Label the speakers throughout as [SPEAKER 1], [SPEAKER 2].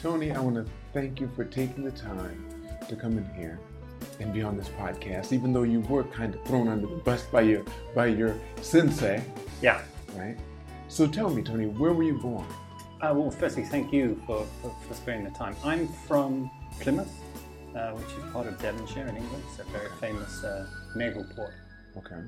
[SPEAKER 1] Tony, I want to thank you for taking the time to come in here and be on this podcast, even though you were kind of thrown under the bus by your by your sensei,
[SPEAKER 2] Yeah.
[SPEAKER 1] right? So tell me, Tony, where were you born?
[SPEAKER 2] Uh, well, firstly, thank you for, for, for sparing the time. I'm from Plymouth, uh, which is part of Devonshire in England. It's a very famous uh, naval port.
[SPEAKER 1] Okay.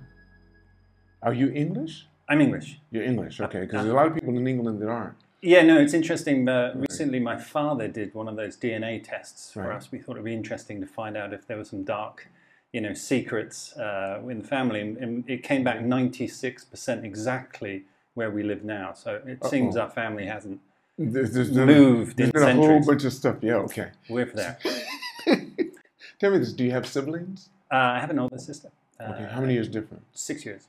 [SPEAKER 1] Are you English?
[SPEAKER 2] I'm English.
[SPEAKER 1] You're English, okay? Because there's a lot of people in England that aren't.
[SPEAKER 2] Yeah, no, it's interesting. Uh, Recently, my father did one of those DNA tests for
[SPEAKER 1] Right.
[SPEAKER 2] us. We thought it'd be interesting to find out if there were some dark, you know, secrets uh, in the family, and, and it came back ninety-six percent exactly where we live now. So it seems our family hasn't.
[SPEAKER 1] There's, there's been-
[SPEAKER 2] Moved
[SPEAKER 1] there's
[SPEAKER 2] in
[SPEAKER 1] been a whole
[SPEAKER 2] centuries.
[SPEAKER 1] bunch of stuff. Yeah, okay.
[SPEAKER 2] We're there.
[SPEAKER 1] Tell me this: Do you have siblings?
[SPEAKER 2] Uh, I have an older sister. Uh,
[SPEAKER 1] Okay, how many years different?
[SPEAKER 2] Six years.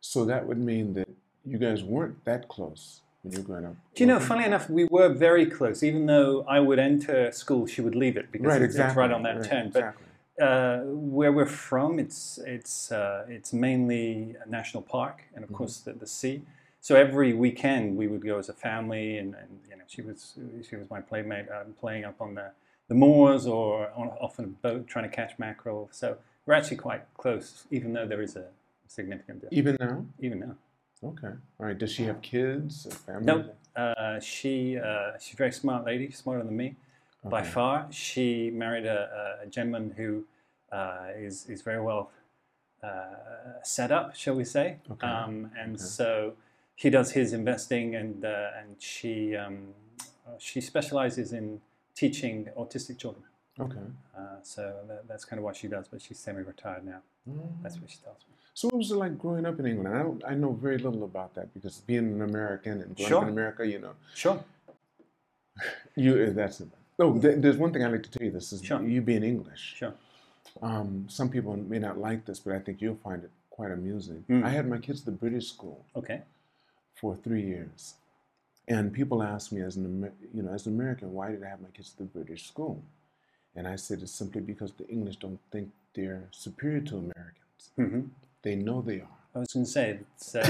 [SPEAKER 1] So that would mean that you guys weren't that close when you were growing up.
[SPEAKER 2] Do you know, funny enough, we were very close. Even though I would enter school, she would leave it because
[SPEAKER 1] Right,
[SPEAKER 2] it's, it's
[SPEAKER 1] exactly.
[SPEAKER 2] right on that
[SPEAKER 1] right,
[SPEAKER 2] turn. But
[SPEAKER 1] Exactly.
[SPEAKER 2] uh, where we're from, it's it's uh, it's mainly a national park and
[SPEAKER 1] Mm-hmm.
[SPEAKER 2] of course the, the sea. So every weekend we would go as a family, and, and you know she was she was my playmate um, playing up on the, the moors or on, off on a boat trying to catch mackerel. So we're actually quite close, even though there is a significant difference
[SPEAKER 1] Even now?
[SPEAKER 2] even now.
[SPEAKER 1] Okay. All right. Does she have kids? A family?
[SPEAKER 2] No, uh, she uh, she's a very smart lady, smarter than me by
[SPEAKER 1] Okay.
[SPEAKER 2] far. She married a, a- a gentleman who uh, is is very well uh, set up, shall we say?
[SPEAKER 1] Okay.
[SPEAKER 2] Um, and
[SPEAKER 1] Okay.
[SPEAKER 2] so he does his investing, and uh, and she um, uh, she specializes in teaching autistic children.
[SPEAKER 1] Okay.
[SPEAKER 2] Uh, so that, that's kind of what she does, but she's semi-retired now.
[SPEAKER 1] Mm.
[SPEAKER 2] That's what she tells me.
[SPEAKER 1] So what was it like growing up in England? I don't. I know very little about that because being an American and growing up
[SPEAKER 2] Sure.
[SPEAKER 1] in America, you know,
[SPEAKER 2] Sure.
[SPEAKER 1] you that's. Oh, th- there's one thing I like to tell you. This is
[SPEAKER 2] Sure.
[SPEAKER 1] you being English.
[SPEAKER 2] Sure.
[SPEAKER 1] Um, some people may not like this, but I think you'll find it quite amusing.
[SPEAKER 2] Mm.
[SPEAKER 1] I had my kids at the British school.
[SPEAKER 2] Okay.
[SPEAKER 1] for three years. And people ask me, as an Amer- you know, as an American, why did I have my kids to the British school? And I said it's simply because the English don't think they're superior to Americans.
[SPEAKER 2] hmm
[SPEAKER 1] They know they are.
[SPEAKER 2] I was going to say. It's, uh,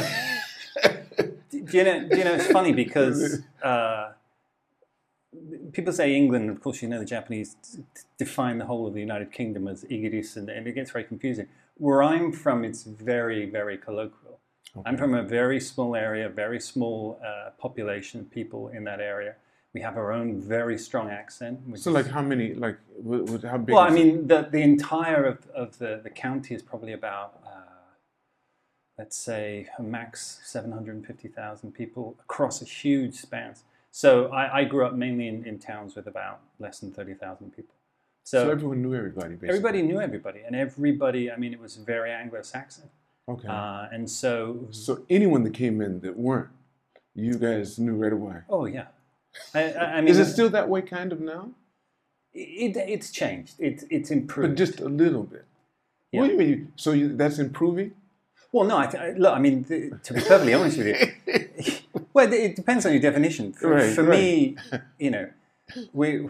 [SPEAKER 2] do do you know? Do you know? It's funny because uh, people say England. Of course, you know the Japanese t- t- define the whole of the United Kingdom as igiris, and, and it gets very confusing. Where I'm from, it's very, very colloquial. I'm
[SPEAKER 1] Okay.
[SPEAKER 2] from a very small area, very small uh, population of people in that area. We have our own very strong accent. Which
[SPEAKER 1] So,
[SPEAKER 2] is-
[SPEAKER 1] like, how many? Like, w- w- how big?
[SPEAKER 2] well, I
[SPEAKER 1] is it?
[SPEAKER 2] mean, the, the entire of, of the, the county is probably about, uh, let's say, a max 750,000 people across a huge span. So I, I grew up mainly in, in towns with about less than 30,000 people.
[SPEAKER 1] so,
[SPEAKER 2] So,
[SPEAKER 1] everyone knew everybody. Basically.
[SPEAKER 2] uh, everybody knew everybody, and everybody, I mean, it was very Anglo Saxon.
[SPEAKER 1] Okay.
[SPEAKER 2] Uh, and so,
[SPEAKER 1] so anyone that came in that weren't, you guys knew right away.
[SPEAKER 2] oh, yeah. I, I, I mean,
[SPEAKER 1] is it still that way, kind of now?
[SPEAKER 2] it, it's changed, it, it's improved.
[SPEAKER 1] But just a little bit. What do you mean? you- So you, that's improving?
[SPEAKER 2] Well, no, I th- I- look, I mean, th- to be perfectly honest with you, well, it depends on your definition. For,
[SPEAKER 1] Right,
[SPEAKER 2] for me, you know, we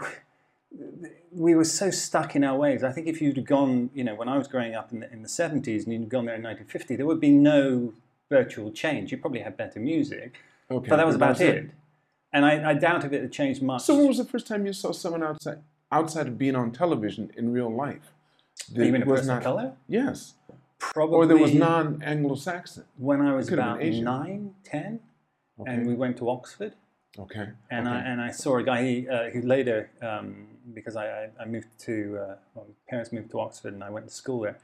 [SPEAKER 2] we were so stuck in our ways. I think if you'd gone, you know, when I was growing up in the, in the 70s and you'd gone there in 1950, there would be no virtual change. You probably had better music,
[SPEAKER 1] Okay.
[SPEAKER 2] but that was about
[SPEAKER 1] that's
[SPEAKER 2] it. And I, I doubt if it had changed much.
[SPEAKER 1] So when was the first time you saw someone outside outside of being on television in real life? that
[SPEAKER 2] even a
[SPEAKER 1] was
[SPEAKER 2] person of color?
[SPEAKER 1] Yes.
[SPEAKER 2] Probably.
[SPEAKER 1] Or there was non Anglo Saxon.
[SPEAKER 2] When I was
[SPEAKER 1] could have
[SPEAKER 2] about
[SPEAKER 1] been Asian.
[SPEAKER 2] nine, ten,
[SPEAKER 1] Okay.
[SPEAKER 2] and we went to Oxford.
[SPEAKER 1] okay.
[SPEAKER 2] and I
[SPEAKER 1] okay.
[SPEAKER 2] and I saw a guy uh, who later um, because I, I, I moved to uh, well, my parents moved to Oxford and I went to school there,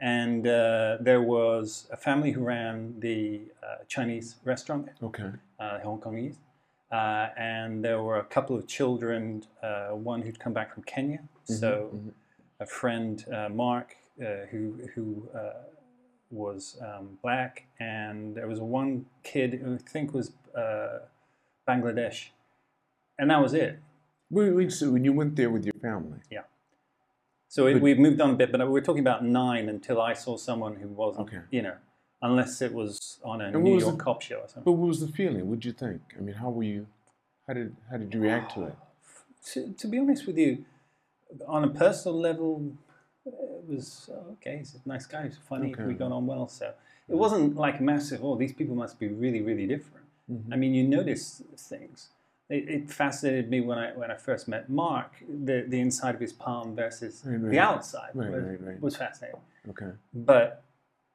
[SPEAKER 2] and uh, there was a family who ran the uh, Chinese restaurant,
[SPEAKER 1] okay.
[SPEAKER 2] uh, Hong Kongese, uh, and there were a couple of children, uh, one who'd come back from
[SPEAKER 1] Mm-hmm,
[SPEAKER 2] Kenya, so
[SPEAKER 1] mhm.
[SPEAKER 2] a friend uh, Mark uh, who who. Uh, was um, black, and there was one kid who I think was uh, Bangladesh, and that was it.
[SPEAKER 1] Wait, wait, so when you went there with your family,
[SPEAKER 2] So it,
[SPEAKER 1] But-
[SPEAKER 2] we've moved on a bit, but we were talking about nine until I saw someone who wasn't,
[SPEAKER 1] Okay.
[SPEAKER 2] you know, unless it was on a
[SPEAKER 1] And what
[SPEAKER 2] New
[SPEAKER 1] was
[SPEAKER 2] York
[SPEAKER 1] the-
[SPEAKER 2] cop show or something.
[SPEAKER 1] but what was the feeling? What did you think? I mean, how were you? How did how did you react to it?
[SPEAKER 2] To, to be honest with you, on a personal level, it was "Oh, okay. He's a nice guy. He's funny.
[SPEAKER 1] Okay.
[SPEAKER 2] We got on well. So it wasn't like massive. Oh, these people must be really, really different.
[SPEAKER 1] Mm-hmm.
[SPEAKER 2] I mean, you notice things. It, it fascinated me when I when I first met Mark. The the inside of his palm versus
[SPEAKER 1] Right, right.
[SPEAKER 2] the outside
[SPEAKER 1] Right,
[SPEAKER 2] was,
[SPEAKER 1] right, right.
[SPEAKER 2] was fascinating.
[SPEAKER 1] Okay,
[SPEAKER 2] But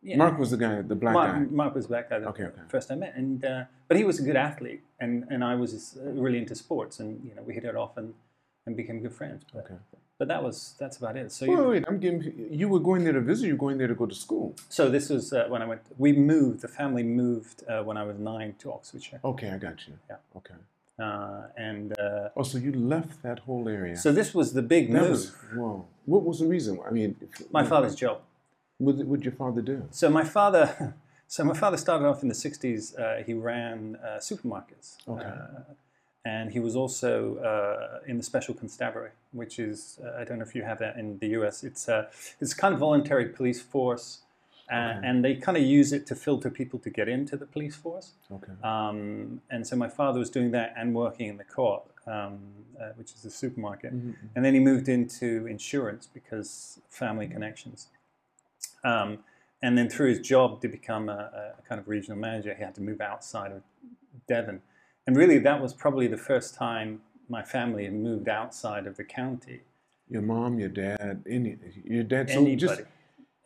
[SPEAKER 2] you know,
[SPEAKER 1] Mark was the guy, the black
[SPEAKER 2] Mark,
[SPEAKER 1] guy.
[SPEAKER 2] Mark was back guy the
[SPEAKER 1] Okay, okay.
[SPEAKER 2] first I met, and uh, but he was a good athlete, and, and I was uh, really into sports, and you know we hit it off and, and became good friends. But,
[SPEAKER 1] Okay.
[SPEAKER 2] but that was that's about it. So
[SPEAKER 1] Wait, wait,
[SPEAKER 2] you,
[SPEAKER 1] wait, I'm getting. You were going there to visit. You were going there to go to school.
[SPEAKER 2] so this was uh, when I went. We moved. The family moved uh, when I was nine to Oxfordshire,
[SPEAKER 1] Okay, I got you.
[SPEAKER 2] Yeah.
[SPEAKER 1] Okay.
[SPEAKER 2] uh, and uh,
[SPEAKER 1] Oh, so you left that whole area.
[SPEAKER 2] so this was the big
[SPEAKER 1] that
[SPEAKER 2] move.
[SPEAKER 1] was whoa. What was the reason? I mean, if-
[SPEAKER 2] My father's job.
[SPEAKER 1] What did- what did your father do?
[SPEAKER 2] So my father, so my father started off in the '60s. Uh, he ran uh, supermarkets,
[SPEAKER 1] Okay.
[SPEAKER 2] uh, and he was also uh, in the Special Constabulary, which is uh, I don't know if you have that in the U.S. It's uh, it's kind of voluntary police force, and,
[SPEAKER 1] Okay.
[SPEAKER 2] and they kind of use it to filter people to get into the police force.
[SPEAKER 1] Okay.
[SPEAKER 2] Um, and so my father was doing that and working in the co-op, um, uh, which is the supermarket.
[SPEAKER 1] Mhm.
[SPEAKER 2] And then he moved into insurance because family connections. Um, and then through his job to become a, a kind of regional manager, he had to move outside of Devon. And really, that was probably the first time my family had moved outside of the county.
[SPEAKER 1] Your mom, your dad, any your dad. So
[SPEAKER 2] anybody,
[SPEAKER 1] just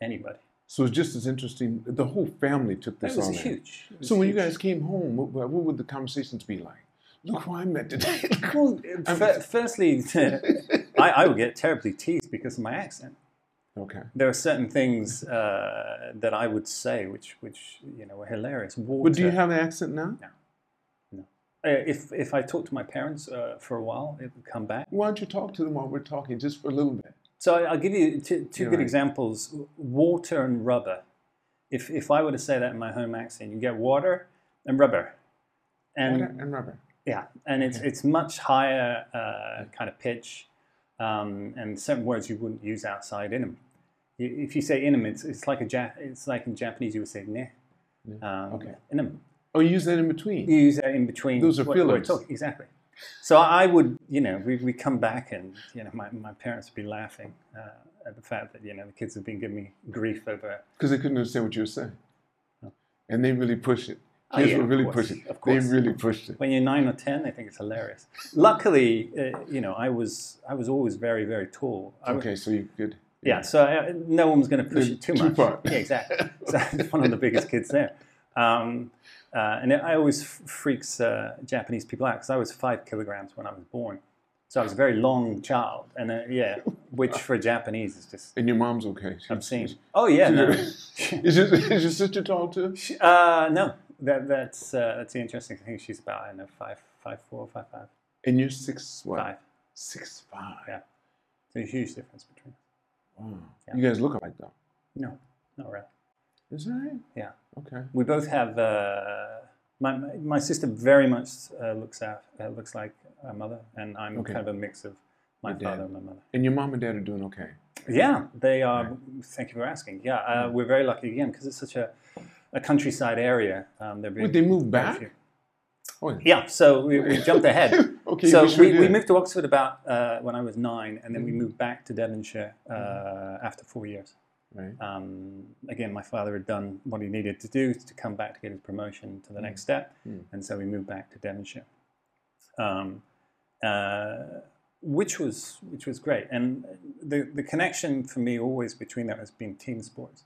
[SPEAKER 2] anybody.
[SPEAKER 1] so it's just as interesting. The whole family took
[SPEAKER 2] That
[SPEAKER 1] this
[SPEAKER 2] was
[SPEAKER 1] on. in.
[SPEAKER 2] huge. It was
[SPEAKER 1] So when you
[SPEAKER 2] huge.
[SPEAKER 1] guys came home, what, what what would the conversations be like? Look who I met today.
[SPEAKER 2] well, fir- firstly, I, I would get terribly teased because of my accent.
[SPEAKER 1] okay.
[SPEAKER 2] There are certain things uh, that I would say which, which you know, were hilarious. Water.
[SPEAKER 1] But do you have an accent now?
[SPEAKER 2] Uh, if if I talk to my parents uh, for a while, it would come back.
[SPEAKER 1] Why don't you talk to them while we're talking, just for a little bit?
[SPEAKER 2] So I- I'll give you two, two
[SPEAKER 1] You're
[SPEAKER 2] good
[SPEAKER 1] right.
[SPEAKER 2] examples: water and rubber. If if I were to say that in my home accent, you get water and rubber, and
[SPEAKER 1] Water and rubber.
[SPEAKER 2] yeah, and it's it's much higher uh, kind of pitch, um, and certain words you wouldn't use outside inum. You- If you say inum, it's it's like a ja- it's like in Japanese you would say ne.
[SPEAKER 1] Ne,
[SPEAKER 2] Um,
[SPEAKER 1] okay.
[SPEAKER 2] Inum.
[SPEAKER 1] Oh, you use that in between.
[SPEAKER 2] you use that in between.
[SPEAKER 1] Those are
[SPEAKER 2] what- what we're
[SPEAKER 1] fillers.
[SPEAKER 2] talking- Exactly. So I would, you know, we, we come back and, you know, my, my parents would be laughing uh, at the fact that, you know, the kids have been giving me grief over.
[SPEAKER 1] because they couldn't understand what you were saying.
[SPEAKER 2] No.
[SPEAKER 1] And they really pushed it.
[SPEAKER 2] Oh,
[SPEAKER 1] Kids
[SPEAKER 2] yeah,
[SPEAKER 1] were
[SPEAKER 2] of
[SPEAKER 1] really
[SPEAKER 2] course,
[SPEAKER 1] pushing.
[SPEAKER 2] of
[SPEAKER 1] They
[SPEAKER 2] course.
[SPEAKER 1] really pushed it.
[SPEAKER 2] When you're nine or 10, I think it's hilarious. Luckily, uh, you know, I was, I was always very, very tall. I was-
[SPEAKER 1] Okay, so you could.
[SPEAKER 2] Yeah, so uh, no one was going to push
[SPEAKER 1] The
[SPEAKER 2] it too
[SPEAKER 1] two
[SPEAKER 2] much.
[SPEAKER 1] part.
[SPEAKER 2] Yeah, exactly. So I was one of the biggest kids there. Um, uh, and I always f- freaks uh, Japanese people out because I was five kilograms when I was born. So I was a very long child. And uh, yeah, which for Japanese is just
[SPEAKER 1] And your mom's okay. She-
[SPEAKER 2] obscene. Oh, yeah, no.
[SPEAKER 1] Is, your, is your sister tall too?
[SPEAKER 2] Uh, no, that, that's, uh, that's the interesting thing. She's about, I don't know, five, five, four, five, five,
[SPEAKER 1] And you're six what?
[SPEAKER 2] five.
[SPEAKER 1] Six five.
[SPEAKER 2] Yeah. There's a huge difference between
[SPEAKER 1] Wow.
[SPEAKER 2] Yeah.
[SPEAKER 1] You guys look alike though.
[SPEAKER 2] No, not really.
[SPEAKER 1] Is that right?
[SPEAKER 2] Yeah.
[SPEAKER 1] Okay.
[SPEAKER 2] We both have. Uh, my, my- my sister very much uh, looks out, uh, looks like our mother, and I'm
[SPEAKER 1] Okay.
[SPEAKER 2] kind of a mix of my
[SPEAKER 1] Your dad.
[SPEAKER 2] father and my mother.
[SPEAKER 1] And your mom and dad are doing okay.
[SPEAKER 2] Yeah, they are. Thank you for asking. Yeah, uh, we're very lucky again because it's such a, a countryside area. Um, there
[SPEAKER 1] Would they move back? Oh,
[SPEAKER 2] Yeah, so we, we jumped ahead.
[SPEAKER 1] okay.
[SPEAKER 2] so
[SPEAKER 1] we, sure
[SPEAKER 2] we, we
[SPEAKER 1] did. Mm-hmm.
[SPEAKER 2] moved to Oxford about uh, when I was nine, and then we moved back to Devonshire uh, after four years.
[SPEAKER 1] Right.
[SPEAKER 2] Um, again, my father had done what he needed to do to come back to get his promotion to the next step,
[SPEAKER 1] Mm.
[SPEAKER 2] and so we moved back to Devonshire, um, uh, which was which was great. And the the connection for me always between that has been team sports.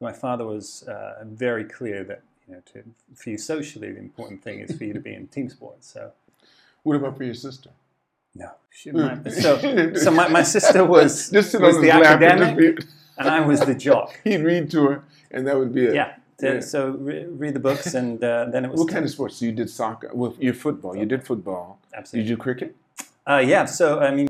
[SPEAKER 2] My father was uh, very clear that you know to, for you socially the important thing is for you to be in team sports. So.
[SPEAKER 1] What about for your sister?
[SPEAKER 2] No, she, my, so so my, my sister was
[SPEAKER 1] Just sit
[SPEAKER 2] was
[SPEAKER 1] on
[SPEAKER 2] the
[SPEAKER 1] his lap and
[SPEAKER 2] academic,
[SPEAKER 1] just
[SPEAKER 2] and I was the jock.
[SPEAKER 1] be- he'd read to her, and that would be it.
[SPEAKER 2] Yeah. So-
[SPEAKER 1] Yeah.
[SPEAKER 2] So re- read the books, and uh, then it was
[SPEAKER 1] What kind of sports? So you did soccer. Well, your football. You did football. Did
[SPEAKER 2] absolutely.
[SPEAKER 1] you do cricket?
[SPEAKER 2] Uh, yeah. So I mean,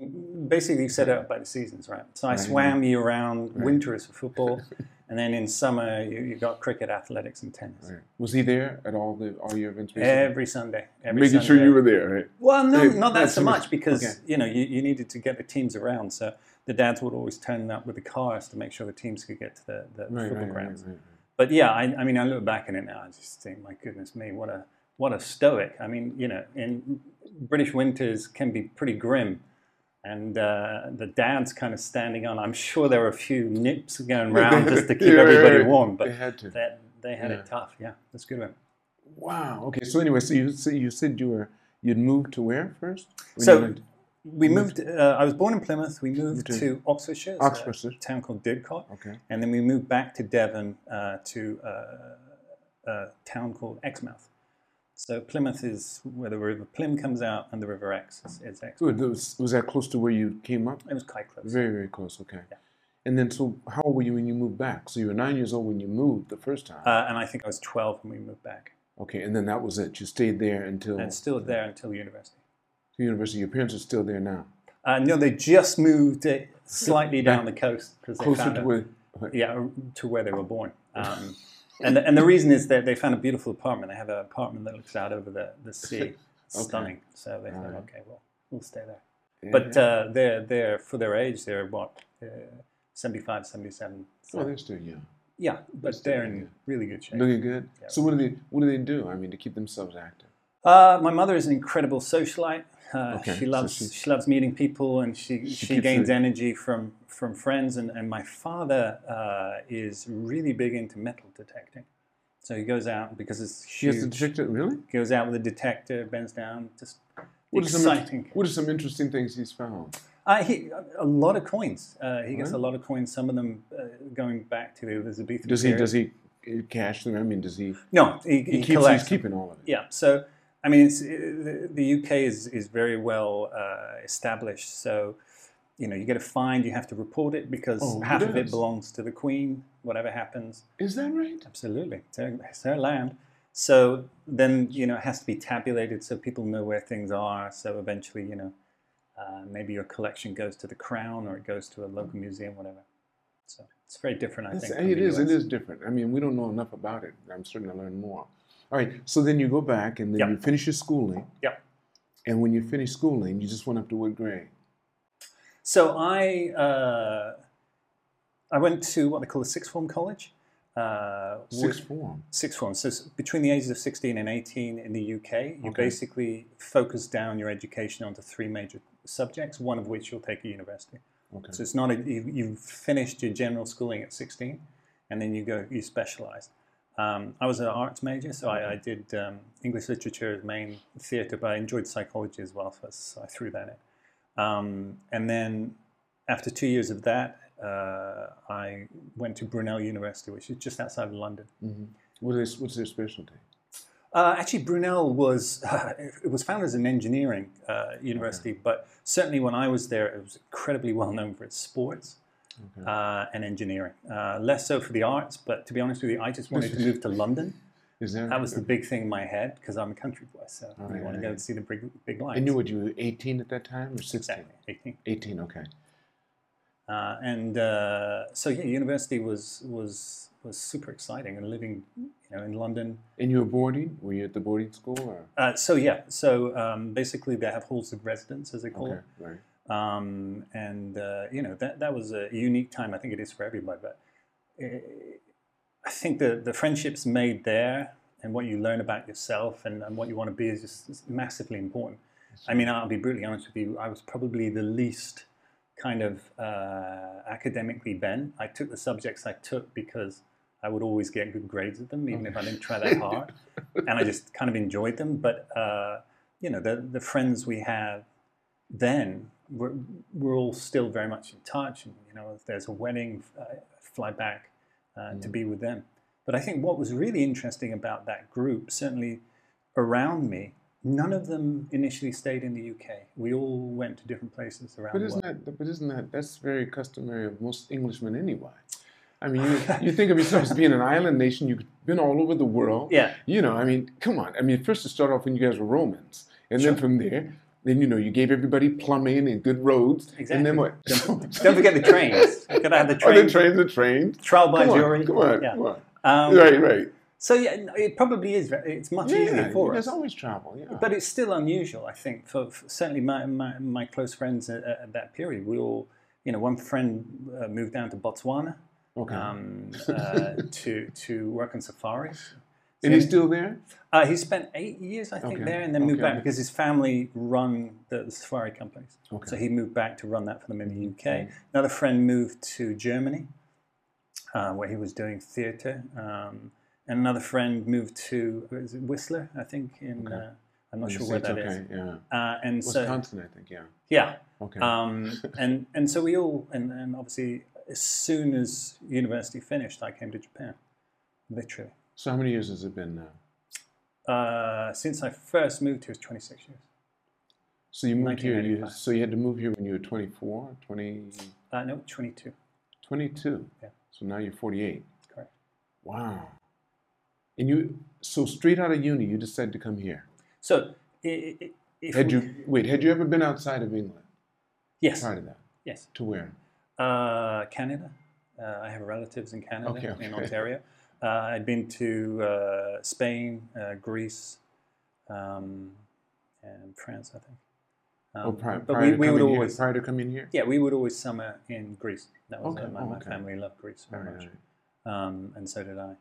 [SPEAKER 2] basically set up by the seasons, right? So I
[SPEAKER 1] Right.
[SPEAKER 2] swam year round.
[SPEAKER 1] Right.
[SPEAKER 2] Winter is for football, and then in summer you, you got cricket, athletics, and tennis.
[SPEAKER 1] Right. Was he there at all the all your events? basically?
[SPEAKER 2] Every Sunday, every
[SPEAKER 1] Making
[SPEAKER 2] Sunday.
[SPEAKER 1] sure you were there, right?
[SPEAKER 2] Well, no,
[SPEAKER 1] Hey,
[SPEAKER 2] not that
[SPEAKER 1] that's
[SPEAKER 2] so
[SPEAKER 1] too much.
[SPEAKER 2] much because
[SPEAKER 1] Okay.
[SPEAKER 2] you know you, you needed to get the teams around. So the dads would always turn up with the cars to make sure the teams could get to the, the
[SPEAKER 1] Right,
[SPEAKER 2] football
[SPEAKER 1] right, right,
[SPEAKER 2] grounds.
[SPEAKER 1] right, right.
[SPEAKER 2] But yeah, I, I mean, I look back on it now. I just think, my goodness me, what a what a stoic. I mean, you know, in British winters can be pretty grim, and uh, the dads kind of standing on. I'm sure there were a few nips going round just to keep
[SPEAKER 1] Yeah, right,
[SPEAKER 2] everybody
[SPEAKER 1] right.
[SPEAKER 2] warm,
[SPEAKER 1] they
[SPEAKER 2] but
[SPEAKER 1] had to.
[SPEAKER 2] that they had
[SPEAKER 1] Yeah.
[SPEAKER 2] it tough. Yeah, that's a good one.
[SPEAKER 1] Wow. Okay. So anyway, so you so you said you were you'd moved to where first? When
[SPEAKER 2] So-
[SPEAKER 1] you went to
[SPEAKER 2] We moved. Uh, I was born in Plymouth. We moved
[SPEAKER 1] Okay.
[SPEAKER 2] to Oxfordshire, it's a
[SPEAKER 1] Oxfordshire.
[SPEAKER 2] town called Didcot,
[SPEAKER 1] Okay.
[SPEAKER 2] and then we moved back to Devon uh, to uh, a town called Exmouth. So Plymouth is where the River Plym comes out, and the River Ex is, is Exmouth.
[SPEAKER 1] So it was, was that close to where you came up?
[SPEAKER 2] It was quite close.
[SPEAKER 1] Very very close. Okay.
[SPEAKER 2] Yeah.
[SPEAKER 1] And then so how old were you when you moved back? So you were nine years old when you moved the first time.
[SPEAKER 2] Uh, and I think I was 12 when we moved back,
[SPEAKER 1] okay. And then that was it. You stayed there until
[SPEAKER 2] and still there until university.
[SPEAKER 1] to university. Your parents are still there now.
[SPEAKER 2] Uh, no, they just moved it slightly down the coast because they
[SPEAKER 1] Closer
[SPEAKER 2] found
[SPEAKER 1] to
[SPEAKER 2] a-
[SPEAKER 1] where.
[SPEAKER 2] yeah, to where they were born. Um, and, and the reason is that they found a beautiful apartment. They have an apartment that looks out over the, the sea. Stunning. So they thought,
[SPEAKER 1] Alright.
[SPEAKER 2] okay, well, we'll stay there.
[SPEAKER 1] Yeah.
[SPEAKER 2] But uh, they're, they're, for their age, they're what, uh, 75, 77. So,
[SPEAKER 1] oh, they're still young.
[SPEAKER 2] yeah, but
[SPEAKER 1] still
[SPEAKER 2] they're
[SPEAKER 1] young.
[SPEAKER 2] in really good shape.
[SPEAKER 1] Looking good.
[SPEAKER 2] Yeah.
[SPEAKER 1] So what do they what do they do? I mean, to keep themselves active.
[SPEAKER 2] Uh, my mother is an incredible socialite. Uh,
[SPEAKER 1] Okay,
[SPEAKER 2] She
[SPEAKER 1] so
[SPEAKER 2] loves
[SPEAKER 1] she-
[SPEAKER 2] she, loves meeting people, and she she,
[SPEAKER 1] keeps
[SPEAKER 2] gains
[SPEAKER 1] it-
[SPEAKER 2] energy from from friends. And, and my father uh, is really big into metal detecting, so he goes out because it's
[SPEAKER 1] She has to
[SPEAKER 2] huge.
[SPEAKER 1] detect it really.
[SPEAKER 2] Goes out with a detector, bends down, just
[SPEAKER 1] What are some int-
[SPEAKER 2] exciting.
[SPEAKER 1] What are some interesting things he's found?
[SPEAKER 2] Uh, he, a lot of coins. Uh, he gets
[SPEAKER 1] Really?
[SPEAKER 2] a lot of coins. Some of them uh, going back to the Elizabethan
[SPEAKER 1] Does he
[SPEAKER 2] period.
[SPEAKER 1] does he uh, cash them? I mean, does he?
[SPEAKER 2] no, he,
[SPEAKER 1] He,
[SPEAKER 2] he
[SPEAKER 1] keeps
[SPEAKER 2] collects.
[SPEAKER 1] he's keeping all of it.
[SPEAKER 2] Yeah. So, I mean, it's, the, the UK is, is very well uh, established. So, you know, you get a fine, you have to report it because
[SPEAKER 1] Oh,
[SPEAKER 2] half of
[SPEAKER 1] yes.
[SPEAKER 2] it belongs to the Queen, whatever happens.
[SPEAKER 1] Is that right?
[SPEAKER 2] Absolutely. It's her, it's her land. So then, you know, it has to be tabulated so people know where things are. So eventually, you know, uh, maybe your collection goes to the Crown or it goes to a local museum, whatever. So it's very different, I
[SPEAKER 1] That's,
[SPEAKER 2] think. from
[SPEAKER 1] it
[SPEAKER 2] the
[SPEAKER 1] is. It
[SPEAKER 2] US.
[SPEAKER 1] is different. I mean, we don't know enough about it. I'm starting to learn more. All right. So then you go back and then
[SPEAKER 2] Yep.
[SPEAKER 1] you finish your schooling.
[SPEAKER 2] Yep.
[SPEAKER 1] And when you finish schooling, you just went up to what grade?
[SPEAKER 2] So I uh, I went to what they call a sixth form college. Uh,
[SPEAKER 1] Sixth
[SPEAKER 2] with-
[SPEAKER 1] form.
[SPEAKER 2] sixth form. So s- between the ages of 16 and 18 in the UK, you
[SPEAKER 1] Okay.
[SPEAKER 2] basically focus down your education onto three major subjects, one of which you'll take at university.
[SPEAKER 1] Okay.
[SPEAKER 2] So it's not a, you, you've finished your general schooling at 16, and then you go you specialize. Um, I was an arts major, so I, I did um, English literature as main theatre, but I enjoyed psychology as well, so I- so I threw that in. Um, and then after two years of that, uh, I went to Brunel University, which is just outside of London.
[SPEAKER 1] hmm What is what's their specialty?
[SPEAKER 2] Uh, actually, Brunel was it was founded as an engineering uh, university, but certainly when I was there, it was incredibly well known for its sports
[SPEAKER 1] Okay.
[SPEAKER 2] uh, and engineering. Uh, less so for the arts, but to be honest with you, I just wanted to move to London.
[SPEAKER 1] is there?
[SPEAKER 2] That was the big thing in my head because I'm a country boy, so
[SPEAKER 1] Oh,
[SPEAKER 2] I
[SPEAKER 1] yeah,
[SPEAKER 2] want to
[SPEAKER 1] yeah.
[SPEAKER 2] go and see the big big lights.
[SPEAKER 1] I knew what you were 18 at that time or 16.
[SPEAKER 2] exactly. 18.
[SPEAKER 1] 18. Okay.
[SPEAKER 2] Uh, and uh, so yeah, university was was was super exciting and living you know in London.
[SPEAKER 1] And you were boarding? Were you at the boarding school or?
[SPEAKER 2] Uh, so yeah, so um, basically they have halls of residence as they call
[SPEAKER 1] Okay.
[SPEAKER 2] it.
[SPEAKER 1] Right.
[SPEAKER 2] um, and uh, you know that that was a unique time. I think it is for everybody, but uh, I think the the friendships made there and what you learn about yourself and, and what you want to be is just is massively important. I mean, I'll be brutally honest with you. I was probably the least kind of uh, academically bent. I took the subjects I took because I would always get good grades at them, even if I didn't try that hard. and I just kind of enjoyed them. But uh, you know, the the friends we have then we're, we're all still very much in touch. And you know, if there's a wedding, I fly back uh, to be with them. But I think what was really interesting about that group, certainly around me, none of them initially stayed in the UK. We all went to different places around
[SPEAKER 1] But
[SPEAKER 2] the
[SPEAKER 1] isn't
[SPEAKER 2] world.
[SPEAKER 1] that? But isn't that? That's very customary of most Englishmen anyway. I mean, you, you think of yourself as being an island nation. You've been all over the world.
[SPEAKER 2] Yeah.
[SPEAKER 1] You know, I mean, come on. I mean, first to start off when you guys were Romans, and then
[SPEAKER 2] Sure.
[SPEAKER 1] from there, Then you know you gave everybody plumbing and good roads, and
[SPEAKER 2] Exactly.
[SPEAKER 1] then what?
[SPEAKER 2] Don't forget the trains. You've got to have the
[SPEAKER 1] Oh, the
[SPEAKER 2] train.
[SPEAKER 1] trains are trained.
[SPEAKER 2] Trial by
[SPEAKER 1] Come
[SPEAKER 2] jury.
[SPEAKER 1] on, come on,
[SPEAKER 2] Yeah.
[SPEAKER 1] come on.
[SPEAKER 2] Um,
[SPEAKER 1] right, right.
[SPEAKER 2] So yeah, no, it probably is. ve- It's much easier for
[SPEAKER 1] there's
[SPEAKER 2] us.
[SPEAKER 1] always travel. Yeah,
[SPEAKER 2] But it's still unusual, I think. For, for certainly my, my, my close friends at, at that period, we all, you know, one friend uh, moved down to Botswana
[SPEAKER 1] okay.
[SPEAKER 2] um, uh, to to work on safaris.
[SPEAKER 1] and he's still there.
[SPEAKER 2] Uh, he spent eight years, I think,
[SPEAKER 1] Okay,
[SPEAKER 2] there, and then moved
[SPEAKER 1] okay.
[SPEAKER 2] back because his family run the, the safari companies.
[SPEAKER 1] Okay.
[SPEAKER 2] So he moved back to run that for them
[SPEAKER 1] Mm-hmm.
[SPEAKER 2] in the UK. Another friend moved to Germany, uh, where he was doing theatre. Um, and another friend moved to is it Whistler, I think. In
[SPEAKER 1] Okay.
[SPEAKER 2] uh, I'm not
[SPEAKER 1] Yes,
[SPEAKER 2] sure where
[SPEAKER 1] it's
[SPEAKER 2] that is.
[SPEAKER 1] okay. Yeah,
[SPEAKER 2] Uh, and so
[SPEAKER 1] Wisconsin, I think. Yeah.
[SPEAKER 2] yeah,
[SPEAKER 1] Okay.
[SPEAKER 2] um, and and so we all and, and obviously as soon as university finished, I came to Japan, literally.
[SPEAKER 1] so how many years has it been now?
[SPEAKER 2] Uh, since I first moved here, it was 26 years.
[SPEAKER 1] So you moved here. You,
[SPEAKER 2] 1995.
[SPEAKER 1] so you had to move here when you were 24, 20,
[SPEAKER 2] Uh, no, 22.
[SPEAKER 1] 22.
[SPEAKER 2] Yeah.
[SPEAKER 1] So now you're 48.
[SPEAKER 2] Correct.
[SPEAKER 1] Wow. And you so straight out of uni, you decided to come here.
[SPEAKER 2] So i- i- i- if
[SPEAKER 1] Had
[SPEAKER 2] we-
[SPEAKER 1] you wait? Had you ever been outside of England
[SPEAKER 2] yes
[SPEAKER 1] prior to that?
[SPEAKER 2] yes
[SPEAKER 1] To where?
[SPEAKER 2] Uh, Canada. Uh, I have relatives in Canada,
[SPEAKER 1] Okay, okay.
[SPEAKER 2] in Ontario. Uh, I'd been to uh, Spain, uh, Greece, um, and France, I think. Um,
[SPEAKER 1] oh, prior,
[SPEAKER 2] but
[SPEAKER 1] prior
[SPEAKER 2] we,
[SPEAKER 1] to
[SPEAKER 2] we
[SPEAKER 1] coming
[SPEAKER 2] would
[SPEAKER 1] here,
[SPEAKER 2] always,
[SPEAKER 1] prior to coming here.
[SPEAKER 2] yeah, we would always summer in Greece. That was
[SPEAKER 1] Okay,
[SPEAKER 2] uh, my,
[SPEAKER 1] oh,
[SPEAKER 2] my
[SPEAKER 1] okay.
[SPEAKER 2] family loved Greece very
[SPEAKER 1] All
[SPEAKER 2] much,
[SPEAKER 1] right.
[SPEAKER 2] um, and so did I.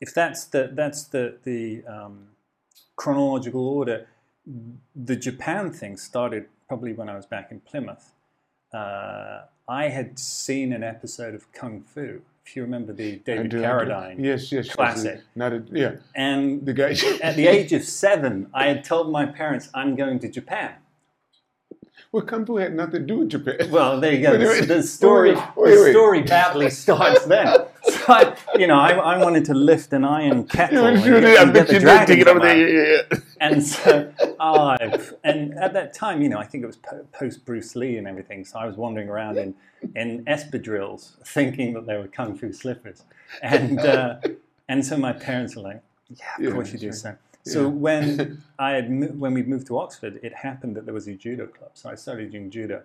[SPEAKER 2] If that's the that's the the um, chronological order, the Japan thing started probably when I was back in Plymouth uh, I had seen an episode of Kung Fu. If you remember the
[SPEAKER 1] I
[SPEAKER 2] David
[SPEAKER 1] do, I do.
[SPEAKER 2] Carradine,
[SPEAKER 1] Yes, yes. yes.
[SPEAKER 2] classic.
[SPEAKER 1] Not a, yeah.
[SPEAKER 2] and
[SPEAKER 1] The guy.
[SPEAKER 2] at the age of seven, I had told my parents I'm going to Japan.
[SPEAKER 1] well, Kung Fu had nothing to do with Japan.
[SPEAKER 2] Well, there you go.
[SPEAKER 1] Wait,
[SPEAKER 2] The-
[SPEAKER 1] wait,
[SPEAKER 2] the story,
[SPEAKER 1] wait, wait,
[SPEAKER 2] the
[SPEAKER 1] wait.
[SPEAKER 2] story badly starts then. So I, you know, I, I wanted to lift an iron kettle
[SPEAKER 1] Yeah,
[SPEAKER 2] and,
[SPEAKER 1] sure,
[SPEAKER 2] get, and
[SPEAKER 1] I bet
[SPEAKER 2] get the
[SPEAKER 1] you did
[SPEAKER 2] dragon
[SPEAKER 1] take it over
[SPEAKER 2] come out.
[SPEAKER 1] there. Yeah, yeah,
[SPEAKER 2] and so I and at that time, you know, I think it was po- post Bruce Lee and everything. So I was wandering around in in espadrilles, thinking that they were kung fu slippers, and uh, and so my parents were like, "Yeah, of
[SPEAKER 1] Yeah,
[SPEAKER 2] course you do,
[SPEAKER 1] sure.
[SPEAKER 2] son."
[SPEAKER 1] Yeah.
[SPEAKER 2] So when I had mo- when we moved to Oxford, it happened that there was a judo club. So I started doing judo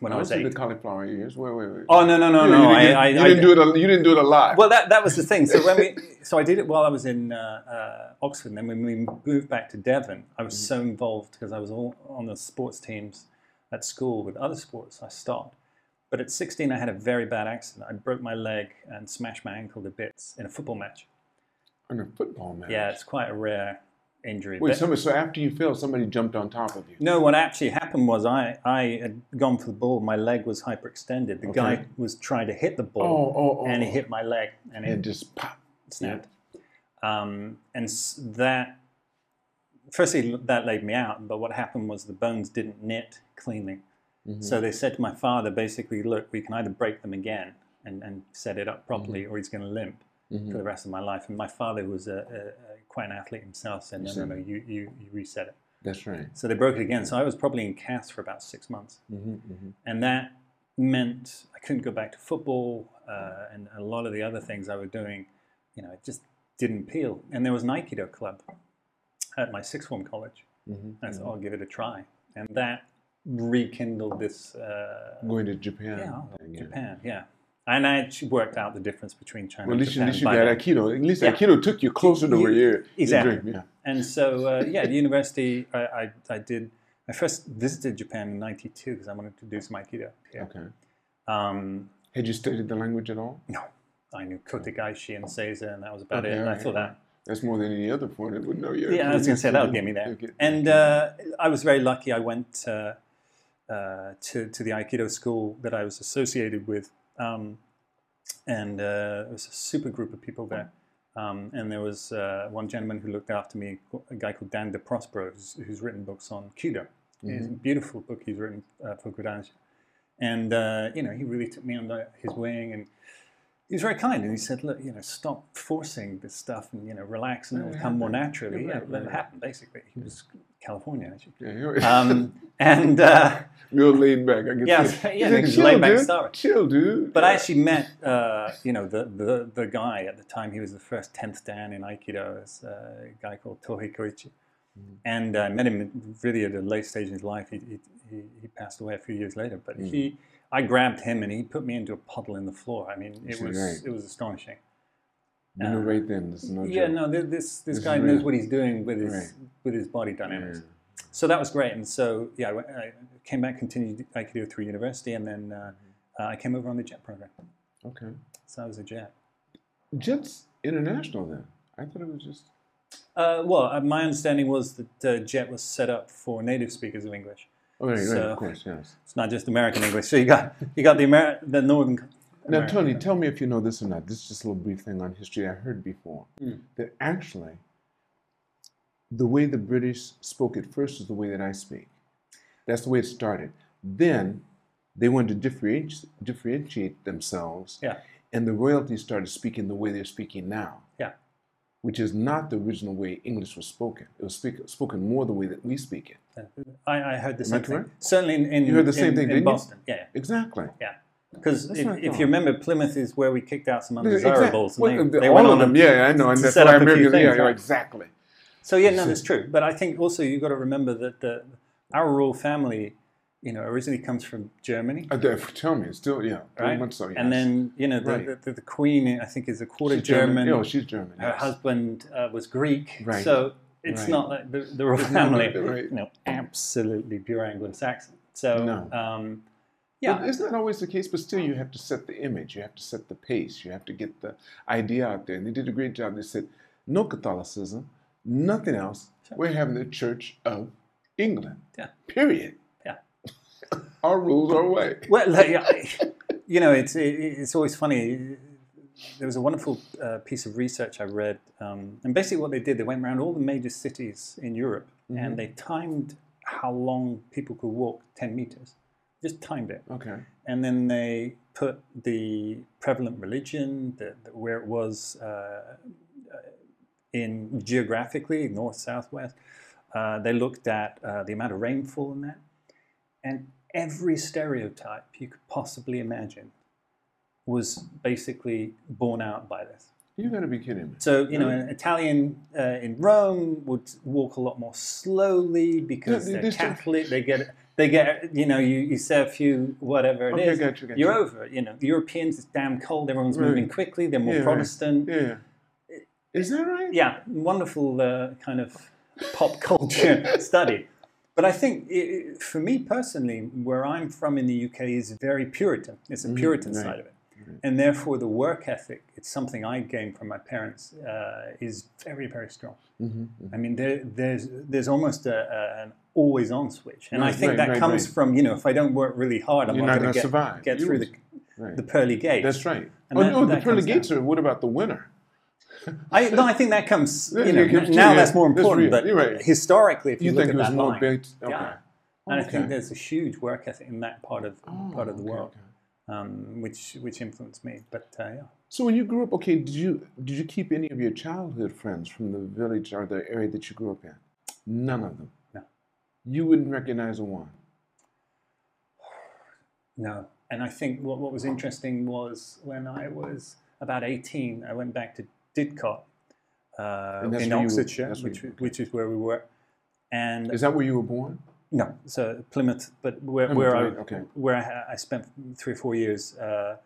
[SPEAKER 2] when I was
[SPEAKER 1] Those are
[SPEAKER 2] eight.
[SPEAKER 1] Oh, the cauliflower ears. Wait, wait, wait.
[SPEAKER 2] Oh no no no
[SPEAKER 1] you,
[SPEAKER 2] no!
[SPEAKER 1] You
[SPEAKER 2] I,
[SPEAKER 1] didn't,
[SPEAKER 2] I,
[SPEAKER 1] you
[SPEAKER 2] I,
[SPEAKER 1] didn't do it. A, you didn't do it a lot.
[SPEAKER 2] well, that, that was the thing. So when we, so I did it while I was in uh, uh, Oxford. And then when we moved back to Devon, I
[SPEAKER 1] Mm-hmm.
[SPEAKER 2] was so involved because I was all on the sports teams at school with other sports. I stopped. But at 16, I had a very bad accident. I broke my leg and smashed my ankle to bits in a football match.
[SPEAKER 1] on a football match.
[SPEAKER 2] Yeah, it's quite a rare injury.
[SPEAKER 1] Wait,
[SPEAKER 2] But-
[SPEAKER 1] somebody, so after you fell, somebody jumped on top of you.
[SPEAKER 2] no, what actually happened was I, I had gone for the ball. My leg was hyperextended. The
[SPEAKER 1] Okay.
[SPEAKER 2] guy was trying to hit the ball,
[SPEAKER 1] Oh, oh, oh.
[SPEAKER 2] and he
[SPEAKER 1] oh.
[SPEAKER 2] hit my leg, and it
[SPEAKER 1] And just pop.
[SPEAKER 2] snapped. Um, and s- that, firstly, l- that laid me out. But what happened was the bones didn't knit cleanly.
[SPEAKER 1] Mhm.
[SPEAKER 2] So they said to my father, basically, look, we can either break them again and, and set it up properly, or he's going to limp
[SPEAKER 1] Mhm.
[SPEAKER 2] for the rest of my life. And my father, who was a, a, a, quite an athlete himself, said, no, no,
[SPEAKER 1] Reset
[SPEAKER 2] no, you, you, you reset it.
[SPEAKER 1] That's right.
[SPEAKER 2] So they broke it again. So I was probably in cast for about six months
[SPEAKER 1] Mm-hmm, mm-hmm.
[SPEAKER 2] and that meant I couldn't go back to football uh, and a lot of the other things I was doing. You know, it just didn't appeal. And there was an Aikido club at my sixth form college.
[SPEAKER 1] Mm-hmm.
[SPEAKER 2] I thought I'll give it a try, and that rekindled this. Uh,
[SPEAKER 1] Going to Japan.
[SPEAKER 2] yeah,
[SPEAKER 1] again.
[SPEAKER 2] Japan, yeah. And I actually worked out the difference between China
[SPEAKER 1] Well, at
[SPEAKER 2] and
[SPEAKER 1] least, you-
[SPEAKER 2] Japan.
[SPEAKER 1] at least you
[SPEAKER 2] by
[SPEAKER 1] got
[SPEAKER 2] then.
[SPEAKER 1] Aikido. At least
[SPEAKER 2] Yeah.
[SPEAKER 1] Aikido took you closer to
[SPEAKER 2] You-
[SPEAKER 1] where you're.
[SPEAKER 2] exactly.
[SPEAKER 1] Yeah.
[SPEAKER 2] And so, uh, yeah, at university, I, I, I did. I first visited Japan in '92 because I wanted to do some Aikido. here.
[SPEAKER 1] Okay.
[SPEAKER 2] Um,
[SPEAKER 1] Had you studied the language at all?
[SPEAKER 2] No, I knew Kotagaishi and Seiza, and that was about
[SPEAKER 1] Okay,
[SPEAKER 2] it. And I
[SPEAKER 1] alright.
[SPEAKER 2] thought that.
[SPEAKER 1] That's more than any other foreigner would know. Your
[SPEAKER 2] Yeah, I was going to say that'll get me there. And uh, I was very lucky. I went uh, uh, to to the Aikido school that I was associated with, um, and uh, it was a super group of people there. Um, and there was uh, one gentleman who looked after me, a guy called Dan De Prospero, who's, who's written books on Kudo. It's a beautiful book he's written uh, for Gudanji. And, uh, you know, he really took me under his wing and he was very kind. And he said, look, you know, stop forcing this stuff and, you know, relax and
[SPEAKER 1] Let
[SPEAKER 2] it'll
[SPEAKER 1] it
[SPEAKER 2] come more
[SPEAKER 1] happen. Yeah,
[SPEAKER 2] naturally. Oh, Yeah,
[SPEAKER 1] right,
[SPEAKER 2] let it
[SPEAKER 1] right.
[SPEAKER 2] happen, basically. He was California, actually.
[SPEAKER 1] yeah, you're-
[SPEAKER 2] Um, and, uh,
[SPEAKER 1] real laid back. I guess.
[SPEAKER 2] Yeah, yeah, like laid back
[SPEAKER 1] dude.
[SPEAKER 2] style.
[SPEAKER 1] Chill, dude.
[SPEAKER 2] but I actually met, uh, you know, the, the, the guy at the time. He was the first 10th Dan in Aikido, this uh, guy called Tohei Koichi.
[SPEAKER 1] Mhm.
[SPEAKER 2] And I met him really at a late stage in his life. He, he, he he passed away a few years later, but
[SPEAKER 1] Mm.
[SPEAKER 2] he, I grabbed him and he put me into a puddle in the floor. I mean, it
[SPEAKER 1] That's
[SPEAKER 2] was
[SPEAKER 1] right.
[SPEAKER 2] it was astonishing.
[SPEAKER 1] You know,
[SPEAKER 2] Uh,
[SPEAKER 1] right then, there's no
[SPEAKER 2] yeah,
[SPEAKER 1] joke.
[SPEAKER 2] no, thi- this this
[SPEAKER 1] This
[SPEAKER 2] guy
[SPEAKER 1] is
[SPEAKER 2] knows
[SPEAKER 1] real.
[SPEAKER 2] what he's doing with his
[SPEAKER 1] Right.
[SPEAKER 2] with his body dynamics.
[SPEAKER 1] Yeah.
[SPEAKER 2] So that was great, and so yeah, I, went, I came back, continued Aikido through university, and then uh, uh,
[SPEAKER 1] Mm-hmm.
[SPEAKER 2] I came over on the JET program.
[SPEAKER 1] Okay.
[SPEAKER 2] So I was a JET.
[SPEAKER 1] Jets international then. I thought it was just
[SPEAKER 2] Uh, well, uh, my understanding was that uh, JET was set up for native speakers of English.
[SPEAKER 1] Oh right, right,
[SPEAKER 2] So-
[SPEAKER 1] of course, yes.
[SPEAKER 2] It's not just American English. So you got you got the Amer- the Northern.
[SPEAKER 1] Now
[SPEAKER 2] American-
[SPEAKER 1] Tony, tell me if you know this or not. This is just a little brief thing on history I heard before.
[SPEAKER 2] Mm.
[SPEAKER 1] That actually the way the British spoke at first is the way that I speak. That's the way it started. Then they wanted to differentiate, differentiate themselves.
[SPEAKER 2] Yeah.
[SPEAKER 1] And the royalty started speaking the way they're speaking now.
[SPEAKER 2] Yeah.
[SPEAKER 1] Which is not the original way English was spoken. It was speak, spoken more the way that we speak it.
[SPEAKER 2] I, I heard the
[SPEAKER 1] Am I
[SPEAKER 2] same thing.
[SPEAKER 1] correct?
[SPEAKER 2] Certainly in, in
[SPEAKER 1] You heard the same
[SPEAKER 2] in-
[SPEAKER 1] thing,
[SPEAKER 2] in
[SPEAKER 1] didn't you?
[SPEAKER 2] Boston. Yeah,
[SPEAKER 1] Exactly.
[SPEAKER 2] because
[SPEAKER 1] That's
[SPEAKER 2] if,
[SPEAKER 1] what I
[SPEAKER 2] if
[SPEAKER 1] thought.
[SPEAKER 2] you remember, Plymouth is where we kicked out some
[SPEAKER 1] Yeah, exact-
[SPEAKER 2] undesirables.
[SPEAKER 1] well,
[SPEAKER 2] and they,
[SPEAKER 1] the-
[SPEAKER 2] they
[SPEAKER 1] all
[SPEAKER 2] went
[SPEAKER 1] of
[SPEAKER 2] on
[SPEAKER 1] them,
[SPEAKER 2] and-
[SPEAKER 1] yeah, I know, and
[SPEAKER 2] to
[SPEAKER 1] that's
[SPEAKER 2] set
[SPEAKER 1] why I
[SPEAKER 2] up a few
[SPEAKER 1] remember. yeah,
[SPEAKER 2] things,
[SPEAKER 1] yeah,
[SPEAKER 2] right?
[SPEAKER 1] exactly.
[SPEAKER 2] So yeah, no, that's true. But I think also you've got to remember that the, our royal family, you know, originally comes from Germany,
[SPEAKER 1] Uh, the- tell me, it's still, yeah, very
[SPEAKER 2] Right.
[SPEAKER 1] much so. Yes.
[SPEAKER 2] and then you know the,
[SPEAKER 1] Right.
[SPEAKER 2] the, the Queen, I think, is a quarter
[SPEAKER 1] she's
[SPEAKER 2] German.
[SPEAKER 1] Oh, she's German.
[SPEAKER 2] her
[SPEAKER 1] yes.
[SPEAKER 2] husband uh, was Greek,
[SPEAKER 1] Right.
[SPEAKER 2] so it's
[SPEAKER 1] Right.
[SPEAKER 2] not like the, the royal
[SPEAKER 1] Isn't that
[SPEAKER 2] family,
[SPEAKER 1] right? Right.
[SPEAKER 2] you know, absolutely pure Anglo-Saxon. So
[SPEAKER 1] No.
[SPEAKER 2] um,
[SPEAKER 1] But
[SPEAKER 2] yeah,
[SPEAKER 1] Isn't that always the case? But still, you have to set the image, you have to set the pace, you have to get the idea out there. And they did a great job. They said, no Catholicism, nothing else.
[SPEAKER 2] Sure.
[SPEAKER 1] We're having the Church of England.
[SPEAKER 2] Yeah.
[SPEAKER 1] Period.
[SPEAKER 2] Yeah.
[SPEAKER 1] our rules, our way.
[SPEAKER 2] well, like, I- you know, it's it, it's always funny. There was a wonderful uh, piece of research I read, um, and basically what they did, they went around all the major cities in Europe,
[SPEAKER 1] Mhm.
[SPEAKER 2] and they timed how long people could walk ten meters. Just timed it.
[SPEAKER 1] Okay.
[SPEAKER 2] and then they put the prevalent religion, the, the, where it was uh, in geographically north southwest. Uh, they looked at uh, the amount of rainfall in that, and every stereotype you could possibly imagine was basically borne out by this.
[SPEAKER 1] You gotta be kidding me.
[SPEAKER 2] So you know, an Italian uh, in Rome would walk a lot more slowly because
[SPEAKER 1] Yeah,
[SPEAKER 2] they're
[SPEAKER 1] this-
[SPEAKER 2] Catholic. They get they get you know you, you say a few whatever it
[SPEAKER 1] okay,
[SPEAKER 2] is,
[SPEAKER 1] gotcha, gotcha.
[SPEAKER 2] You're over. it, You know, the Europeans it's damn cold. Everyone's
[SPEAKER 1] Right.
[SPEAKER 2] moving quickly. They're more
[SPEAKER 1] Yeah, right.
[SPEAKER 2] Protestant.
[SPEAKER 1] Yeah. Is that right?
[SPEAKER 2] Yeah, wonderful uh, kind of pop culture study. But I think, i i- for me personally, where I'm from in the UK is very Puritan. It's a
[SPEAKER 1] Mm,
[SPEAKER 2] Puritan
[SPEAKER 1] right.
[SPEAKER 2] side of it,
[SPEAKER 1] Right.
[SPEAKER 2] and therefore the work ethic. It's something I gained from my parents. Uh, is very very strong.
[SPEAKER 1] Mm-hmm.
[SPEAKER 2] I mean, there, there's there's almost a, a, an always on switch, and I
[SPEAKER 1] Right,
[SPEAKER 2] think
[SPEAKER 1] right,
[SPEAKER 2] that
[SPEAKER 1] right,
[SPEAKER 2] comes
[SPEAKER 1] right.
[SPEAKER 2] from you know if I don't work really hard, I'm
[SPEAKER 1] You're
[SPEAKER 2] not
[SPEAKER 1] not
[SPEAKER 2] going
[SPEAKER 1] gonna
[SPEAKER 2] to get,
[SPEAKER 1] survive.
[SPEAKER 2] get
[SPEAKER 1] You
[SPEAKER 2] through
[SPEAKER 1] would-
[SPEAKER 2] the,
[SPEAKER 1] Right.
[SPEAKER 2] the pearly gates.
[SPEAKER 1] That's right.
[SPEAKER 2] And
[SPEAKER 1] oh,
[SPEAKER 2] that-
[SPEAKER 1] no, the
[SPEAKER 2] that
[SPEAKER 1] pearly
[SPEAKER 2] comes
[SPEAKER 1] gates are what about the winter?
[SPEAKER 2] I, no, I think that comes.
[SPEAKER 1] Yeah,
[SPEAKER 2] You know,
[SPEAKER 1] it comes
[SPEAKER 2] now
[SPEAKER 1] too, yeah.
[SPEAKER 2] that's more
[SPEAKER 1] That's
[SPEAKER 2] important.
[SPEAKER 1] real.
[SPEAKER 2] But
[SPEAKER 1] You're right.
[SPEAKER 2] historically, if you,
[SPEAKER 1] You,
[SPEAKER 2] look
[SPEAKER 1] think
[SPEAKER 2] at
[SPEAKER 1] it was
[SPEAKER 2] that
[SPEAKER 1] no
[SPEAKER 2] line,
[SPEAKER 1] bait? Okay.
[SPEAKER 2] Yeah. and I think
[SPEAKER 1] Okay.
[SPEAKER 2] there's a huge work ethic in that part of
[SPEAKER 1] Oh,
[SPEAKER 2] part of the
[SPEAKER 1] okay,
[SPEAKER 2] world,
[SPEAKER 1] okay.
[SPEAKER 2] um, which which influenced me. But uh, yeah,
[SPEAKER 1] So when you grew up, okay, did you did you keep any of your childhood friends from the village or the area that you grew up in? None of them.
[SPEAKER 2] No.
[SPEAKER 1] You wouldn't recognize a one.
[SPEAKER 2] no. And I think what what was interesting was when I was about 18, I went back to Didcot uh,
[SPEAKER 1] And that's
[SPEAKER 2] in
[SPEAKER 1] where you-
[SPEAKER 2] Oxfordshire,
[SPEAKER 1] that's where
[SPEAKER 2] which
[SPEAKER 1] you-
[SPEAKER 2] which is where we were. And
[SPEAKER 1] Is that where you were born?
[SPEAKER 2] No, so Plymouth, but where,
[SPEAKER 1] Plymouth,
[SPEAKER 2] where I
[SPEAKER 1] right, okay.
[SPEAKER 2] where I, ha- I spent three or four years, uh,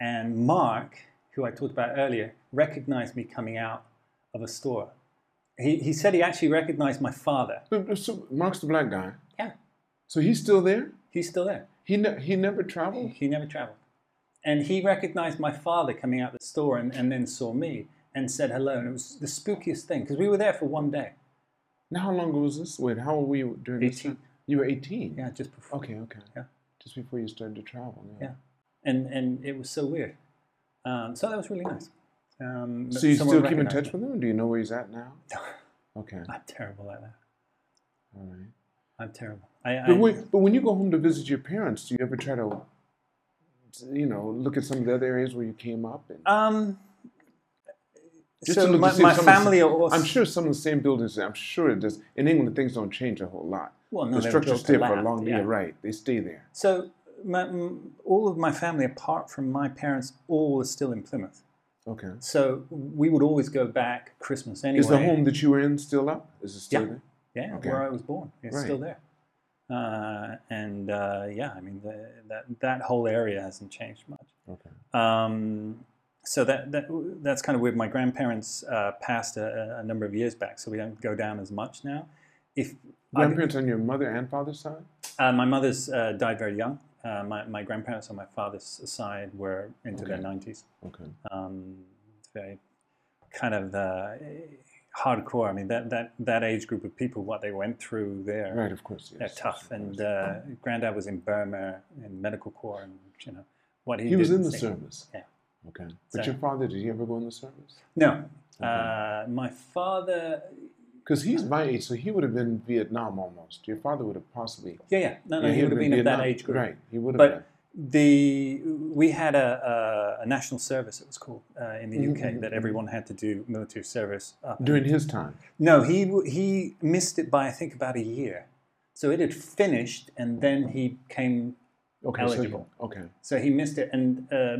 [SPEAKER 2] and Mark, who I talked about earlier, recognized me coming out of a store. He, he said he actually recognized my father.
[SPEAKER 1] So- So Mark's the black guy.
[SPEAKER 2] Yeah.
[SPEAKER 1] So he's still there.
[SPEAKER 2] He's still there.
[SPEAKER 1] He ne- he never traveled.
[SPEAKER 2] He never traveled, and he recognized my father coming out the store, and, and then saw me and said hello. And it was the spookiest thing because we were there for one day.
[SPEAKER 1] Now how long ago was this? Wait, how old were you during this?
[SPEAKER 2] 18.
[SPEAKER 1] time? You were eighteen.
[SPEAKER 2] Yeah, just before.
[SPEAKER 1] Okay. Okay.
[SPEAKER 2] Yeah.
[SPEAKER 1] Just before you started to travel.
[SPEAKER 2] Yeah. And and it was so weird. Um, so that was really nice. Um,
[SPEAKER 1] So
[SPEAKER 2] that
[SPEAKER 1] you
[SPEAKER 2] someone
[SPEAKER 1] still keep in
[SPEAKER 2] recognized me.
[SPEAKER 1] touch with him? Do you know where he's at now? Okay.
[SPEAKER 2] I'm terrible at that.
[SPEAKER 1] All right.
[SPEAKER 2] I'm terrible. I, I,
[SPEAKER 1] But when, but when you go home to visit your parents, do you ever try to, you know, look at some of the other areas where you came up? And,
[SPEAKER 2] um,
[SPEAKER 1] Just to
[SPEAKER 2] so
[SPEAKER 1] look to
[SPEAKER 2] my,
[SPEAKER 1] see
[SPEAKER 2] my
[SPEAKER 1] some of the-
[SPEAKER 2] family are also.
[SPEAKER 1] I'm sure some of the same buildings. I'm sure it does. In England, things don't change a whole lot.
[SPEAKER 2] well, no,
[SPEAKER 1] the
[SPEAKER 2] they were
[SPEAKER 1] structures
[SPEAKER 2] built to
[SPEAKER 1] stay for a
[SPEAKER 2] last,
[SPEAKER 1] long.
[SPEAKER 2] yeah.
[SPEAKER 1] Yeah, right. They stay there.
[SPEAKER 2] So my, m- all of my family, apart from my parents, all are still in Plymouth.
[SPEAKER 1] Okay.
[SPEAKER 2] So we would always go back Christmas anyway.
[SPEAKER 1] Is the home that you were in still up? Is it still
[SPEAKER 2] Yeah.
[SPEAKER 1] there?
[SPEAKER 2] Yeah,
[SPEAKER 1] Okay.
[SPEAKER 2] where I was born. It's
[SPEAKER 1] Right.
[SPEAKER 2] still there. Uh, and uh, yeah, I mean the, that that whole area hasn't changed much.
[SPEAKER 1] Okay.
[SPEAKER 2] Um, so that, that that's kind of weird. My grandparents uh, passed a, a number of years back, so we don't go down as much now. If I-
[SPEAKER 1] Grandparents on your mother and father's side?
[SPEAKER 2] uh, my mother's uh, died very young. Uh, my, my grandparents on my father's side were into their
[SPEAKER 1] Okay.
[SPEAKER 2] 90s.
[SPEAKER 1] Okay.
[SPEAKER 2] Um, it's very kind of uh, hardcore. I mean, that, that, that age group of people, what they went through there,
[SPEAKER 1] Right, of course. Yes.
[SPEAKER 2] they're tough.
[SPEAKER 1] of
[SPEAKER 2] And
[SPEAKER 1] course.
[SPEAKER 2] uh, granddad was in Burma in medical corps, and you know what he,
[SPEAKER 1] he was
[SPEAKER 2] did
[SPEAKER 1] in the
[SPEAKER 2] thing.
[SPEAKER 1] service.
[SPEAKER 2] Yeah.
[SPEAKER 1] Okay. But
[SPEAKER 2] So-
[SPEAKER 1] your father, did he ever go in the service?
[SPEAKER 2] No, uh, my father.
[SPEAKER 1] Because he's my age, so he would have been Vietnam almost. Your father would have possibly.
[SPEAKER 2] Yeah, yeah, no, no,
[SPEAKER 1] Yeah,
[SPEAKER 2] he would have been of that
[SPEAKER 1] Vietnam.
[SPEAKER 2] age group.
[SPEAKER 1] Right. He would have
[SPEAKER 2] But-
[SPEAKER 1] been.
[SPEAKER 2] the we had a, a, a national service it was called uh, in the
[SPEAKER 1] Mhm,
[SPEAKER 2] UK
[SPEAKER 1] mhm,
[SPEAKER 2] that
[SPEAKER 1] mhm.
[SPEAKER 2] everyone had to do military service up.
[SPEAKER 1] During his time.
[SPEAKER 2] no he w- he missed it by I think about a year so it had finished and then he came
[SPEAKER 1] Okay.
[SPEAKER 2] Eligible.
[SPEAKER 1] So, okay.
[SPEAKER 2] so he missed it and uh,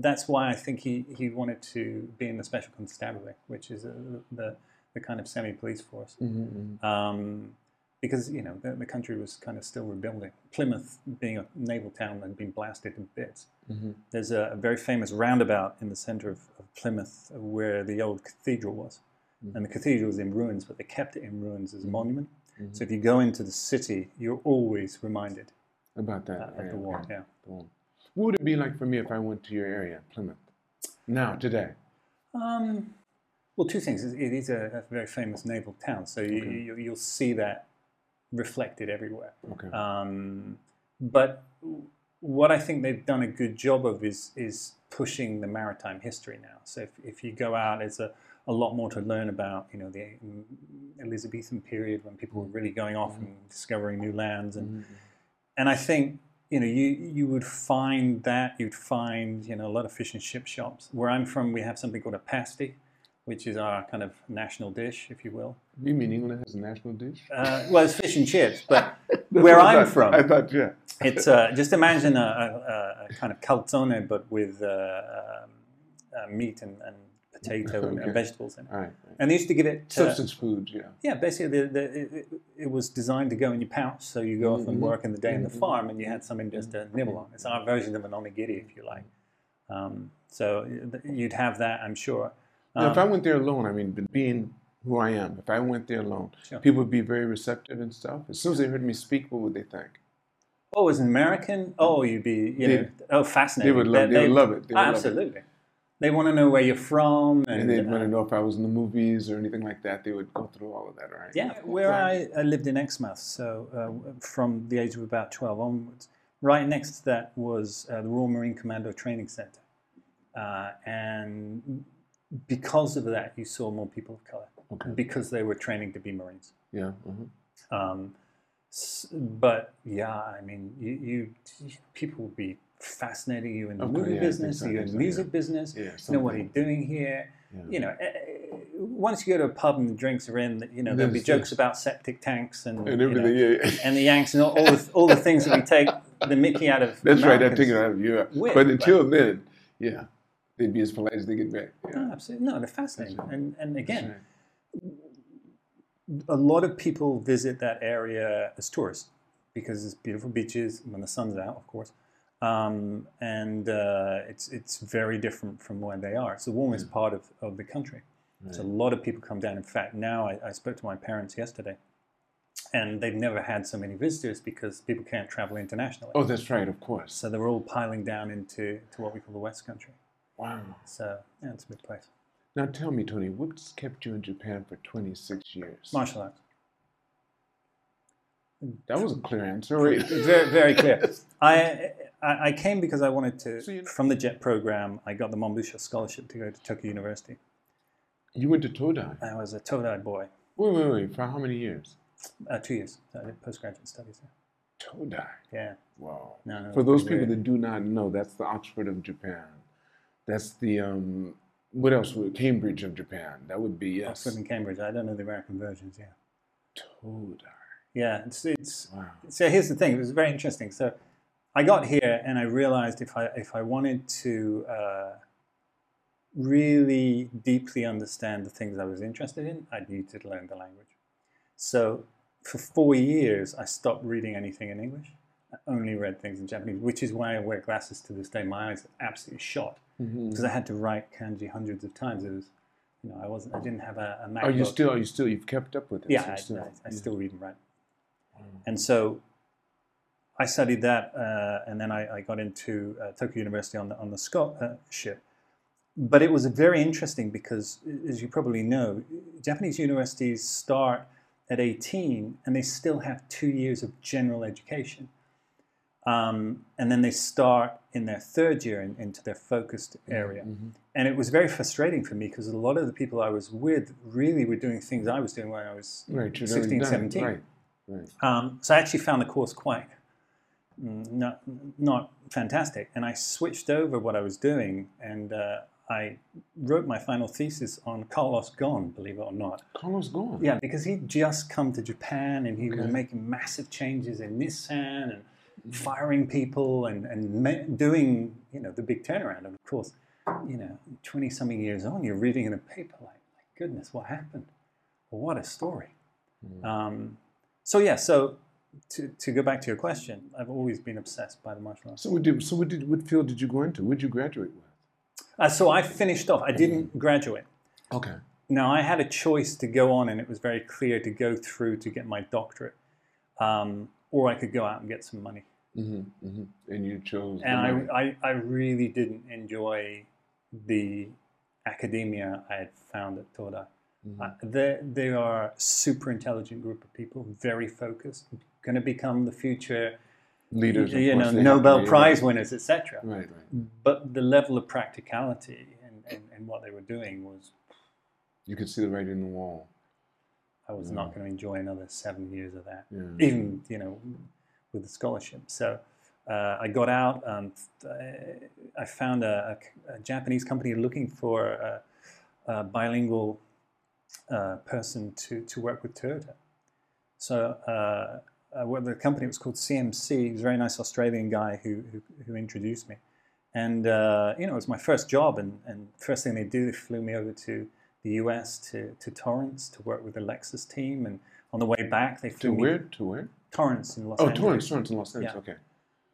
[SPEAKER 2] that's why I think he, he wanted to be in the special constabulary which is uh the the kind of semi police force
[SPEAKER 1] Mm-hmm.
[SPEAKER 2] um, because you know the, the country was kind of still rebuilding Plymouth being a naval town had been blasted to bits
[SPEAKER 1] hmm
[SPEAKER 2] there's a, a very famous roundabout in the center of, of Plymouth where the old cathedral was.
[SPEAKER 1] Mm.
[SPEAKER 2] And the cathedral was in ruins, but they kept it in ruins as a
[SPEAKER 1] Mhm.
[SPEAKER 2] monument.
[SPEAKER 1] Mhm.
[SPEAKER 2] So if you go into the city, you're always reminded
[SPEAKER 1] About that.
[SPEAKER 2] uh, of
[SPEAKER 1] yeah,
[SPEAKER 2] the war.
[SPEAKER 1] okay,
[SPEAKER 2] Yeah.
[SPEAKER 1] the war. What would it be like for me if I went to your area, Plymouth? Now, today.
[SPEAKER 2] Um, well, two things. It is a, a very famous naval town, so you,
[SPEAKER 1] Okay.
[SPEAKER 2] you, you'll see that reflected everywhere.
[SPEAKER 1] Okay.
[SPEAKER 2] Um, but what I think they've done a good job of is is pushing the maritime history now. So if, if you go out, there's a, a lot more to learn about, you know, the mm, Elizabethan period when people were really going off and discovering new lands, and
[SPEAKER 1] Mhm.
[SPEAKER 2] and I think you know you you would find that you'd find you know a lot of fish and chip shops. Where I'm from, we have something called a pasty, which is our kind of national dish, if you will.
[SPEAKER 1] You mean England has a national dish?
[SPEAKER 2] Uh, well, it's fish and chips, but
[SPEAKER 1] That's
[SPEAKER 2] where
[SPEAKER 1] what I
[SPEAKER 2] I'm
[SPEAKER 1] thought.
[SPEAKER 2] from-
[SPEAKER 1] I thought, yeah.
[SPEAKER 2] it's uh, just imagine a, a, a kind of calzone, but with uh, um, uh, meat and, and potato and,
[SPEAKER 1] Okay.
[SPEAKER 2] and vegetables in it.
[SPEAKER 1] All right. right.
[SPEAKER 2] And they used to give it. Uh,
[SPEAKER 1] Substance food, yeah.
[SPEAKER 2] yeah, basically, the, the, it, it- it was designed to go in your pouch, so you go off and
[SPEAKER 1] Mhm.
[SPEAKER 2] work in the day in the
[SPEAKER 1] Mhm.
[SPEAKER 2] farm, and you had something just to
[SPEAKER 1] Mm-hmm.
[SPEAKER 2] nibble on. It's our version of an onigiri, if you like. Um, so th- you'd have that, I'm sure.
[SPEAKER 1] Now, if I
[SPEAKER 2] Um,
[SPEAKER 1] went there alone, I mean, but being who I am, if I went there alone,
[SPEAKER 2] Sure.
[SPEAKER 1] people would be very receptive and stuff. As soon as they heard me speak, what would they think?
[SPEAKER 2] oh, as an American, oh, you'd be, you know, oh,
[SPEAKER 1] They
[SPEAKER 2] fascinating.
[SPEAKER 1] would love, they would love it. They would love it.
[SPEAKER 2] absolutely. They want to know where you're from, and,
[SPEAKER 1] And they'd
[SPEAKER 2] uh,
[SPEAKER 1] want to know if I was in the movies or anything like that. They would go through all of that, right?
[SPEAKER 2] Yeah, where
[SPEAKER 1] Right.
[SPEAKER 2] I, I lived in Exmouth, so uh, from the age of about 12 onwards, right next to that was uh, the Royal Marine Commando Training Center. Uh, and because of that, you saw more people of color
[SPEAKER 1] Okay.
[SPEAKER 2] because they were training to be Marines.
[SPEAKER 1] Yeah. uh-huh.
[SPEAKER 2] Um, s- but yeah, I mean, you, you people would be fascinating you in the
[SPEAKER 1] Of course,
[SPEAKER 2] movie
[SPEAKER 1] yeah, I think
[SPEAKER 2] business,
[SPEAKER 1] so, I
[SPEAKER 2] you
[SPEAKER 1] think
[SPEAKER 2] in
[SPEAKER 1] so,
[SPEAKER 2] music business,
[SPEAKER 1] Yeah.
[SPEAKER 2] you know what are you
[SPEAKER 1] something.
[SPEAKER 2] doing here?
[SPEAKER 1] Yeah.
[SPEAKER 2] you know, eh, eh, once you go to a pub and the drinks are in, you know, there'll be
[SPEAKER 1] Yes,
[SPEAKER 2] jokes
[SPEAKER 1] yes.
[SPEAKER 2] about septic tanks and
[SPEAKER 1] And
[SPEAKER 2] you know,
[SPEAKER 1] everything, yeah. yeah.
[SPEAKER 2] and the Yanks and all, all, the, all the things that we take the Mickey out of.
[SPEAKER 1] That's right. I
[SPEAKER 2] Americans.
[SPEAKER 1] take it out of Europe.
[SPEAKER 2] Weird,
[SPEAKER 1] but
[SPEAKER 2] but-
[SPEAKER 1] until then, yeah, they'd be as polite as they get back. Yeah.
[SPEAKER 2] No, absolutely. No, they're fascinating.
[SPEAKER 1] That's right.
[SPEAKER 2] And, and
[SPEAKER 1] That's
[SPEAKER 2] again,
[SPEAKER 1] right.
[SPEAKER 2] a lot of people visit that area as tourists because it's beautiful beaches when the sun's out, of course. Um, and uh, it's, it's very different from where they are. It's the warmest part of, of the country. So a
[SPEAKER 1] Hmm. Right.
[SPEAKER 2] lot of people come down. In fact, now I, I spoke to my parents yesterday, and they've never had so many visitors because people can't travel internationally.
[SPEAKER 1] Oh, that's right. Of course.
[SPEAKER 2] So they're all piling down into to what we call the West Country.
[SPEAKER 1] Wow.
[SPEAKER 2] So yeah, it's a big place.
[SPEAKER 1] Now tell me, Tony, what's kept you in Japan for 26 years?
[SPEAKER 2] Martial arts.
[SPEAKER 1] That was a clear answer. Wait.
[SPEAKER 2] Very, very clear. I, I I came because I wanted to.
[SPEAKER 1] So you know-
[SPEAKER 2] from the JET program, I got the Mombusha scholarship to go to Tokyo University.
[SPEAKER 1] You went to Todai.
[SPEAKER 2] I was a Todai boy,
[SPEAKER 1] Wait, wait, wait. For how many years?
[SPEAKER 2] uh, two years. So I did postgraduate studies. there.
[SPEAKER 1] Todai.
[SPEAKER 2] Yeah.
[SPEAKER 1] Wow.
[SPEAKER 2] No, no,
[SPEAKER 1] For those
[SPEAKER 2] pretty
[SPEAKER 1] people
[SPEAKER 2] weird.
[SPEAKER 1] that do not know, that's the Oxford of Japan. That's the um, what else? would- Cambridge of Japan. That would be yes.
[SPEAKER 2] Oxford and Cambridge. I don't know the American versions. Yeah.
[SPEAKER 1] Todai.
[SPEAKER 2] Yeah. It's it's
[SPEAKER 1] Wow.
[SPEAKER 2] so here's the thing. It was very interesting. So I got here and I realized if I if I wanted to uh, really deeply understand the things I was interested in, I'd need to learn the language. So for four years, I stopped reading anything in English. I only read things in Japanese, which is why I wear glasses to this day. My eyes are absolutely shot because I had to write kanji hundreds of times. It was, you know, I wasn't, I didn't have a, a MacBook.
[SPEAKER 1] Are Oh, you still? Are you still? You've kept up with it.
[SPEAKER 2] Yeah,
[SPEAKER 1] so
[SPEAKER 2] I,
[SPEAKER 1] you're still, Mm.
[SPEAKER 2] I, I
[SPEAKER 1] yeah.
[SPEAKER 2] still read and write.
[SPEAKER 1] Wow.
[SPEAKER 2] And so I studied that, uh, and then I, I got into uh, Tokyo University on the, on the scholarship. But it was very interesting because, as you probably know, Japanese universities start at 18 and they still have two years of general education. Um, and then they start in their third year in, into their focused area
[SPEAKER 1] Mhm.
[SPEAKER 2] and it was very frustrating for me because a lot of the people I was with really were doing things I was doing when I was
[SPEAKER 1] Right, you'd already
[SPEAKER 2] 16,
[SPEAKER 1] done it.
[SPEAKER 2] 17.
[SPEAKER 1] Right, right.
[SPEAKER 2] Um, so I actually found the course quite mm, not not fantastic, and I switched over what I was doing, and uh, I wrote my final thesis on Carlos Ghosn, believe it or not.
[SPEAKER 1] Carlos gone.
[SPEAKER 2] Yeah, because he'd just come to Japan and he was
[SPEAKER 1] Okay. Mm.
[SPEAKER 2] making massive changes in Nissan and firing people and, and ma- doing, you know, the big turnaround. And of course, you know, 20 something years on, you're reading in a paper like, my goodness, what happened? Well, what a story.
[SPEAKER 1] Mm.
[SPEAKER 2] Um, so, yeah, so to, to go back to your question, I've always been obsessed by the martial arts.
[SPEAKER 1] So what did? So what did? What field did you go into? What did you graduate with?
[SPEAKER 2] Uh, so I finished off, I
[SPEAKER 1] Mm.
[SPEAKER 2] didn't graduate.
[SPEAKER 1] Okay.
[SPEAKER 2] Now, I had a choice to go on, and it was very clear to go through to get my doctorate, um, or I could go out and get some money.
[SPEAKER 1] hmm hmm And you chose. the
[SPEAKER 2] And
[SPEAKER 1] money.
[SPEAKER 2] I, I, I really didn't enjoy the academia I had found at Toda.
[SPEAKER 1] Mhm.
[SPEAKER 2] Uh, they, they are a super intelligent group of people, very focused, going to become the future,
[SPEAKER 1] leaders. of
[SPEAKER 2] you
[SPEAKER 1] course,
[SPEAKER 2] know,
[SPEAKER 1] they have
[SPEAKER 2] Nobel
[SPEAKER 1] to be,
[SPEAKER 2] Prize winners, etc.
[SPEAKER 1] Right, right.
[SPEAKER 2] But the level of practicality and, and, and what they were doing was,
[SPEAKER 1] You could see the writing on the wall.
[SPEAKER 2] I was not
[SPEAKER 1] Hmm.
[SPEAKER 2] going to enjoy another seven years of that.
[SPEAKER 1] Yeah.
[SPEAKER 2] even you know with the scholarship. So uh, I got out. Um, I found a, a- a Japanese company looking for a, a bilingual uh, person to, to work with Toyota. So uh, uh, well, the company was called CMC. He was a very nice Australian guy who who, who introduced me. And uh, you know, it was my first job, and, and first thing they do, they flew me over to the US to, to Torrance to work with the Lexus team. And on the way back, they
[SPEAKER 1] To
[SPEAKER 2] flew me
[SPEAKER 1] where? To where?
[SPEAKER 2] Torrance in Los
[SPEAKER 1] Oh,
[SPEAKER 2] Angeles.
[SPEAKER 1] Torrance, Torrance in Los Angeles.
[SPEAKER 2] Yeah.
[SPEAKER 1] Okay.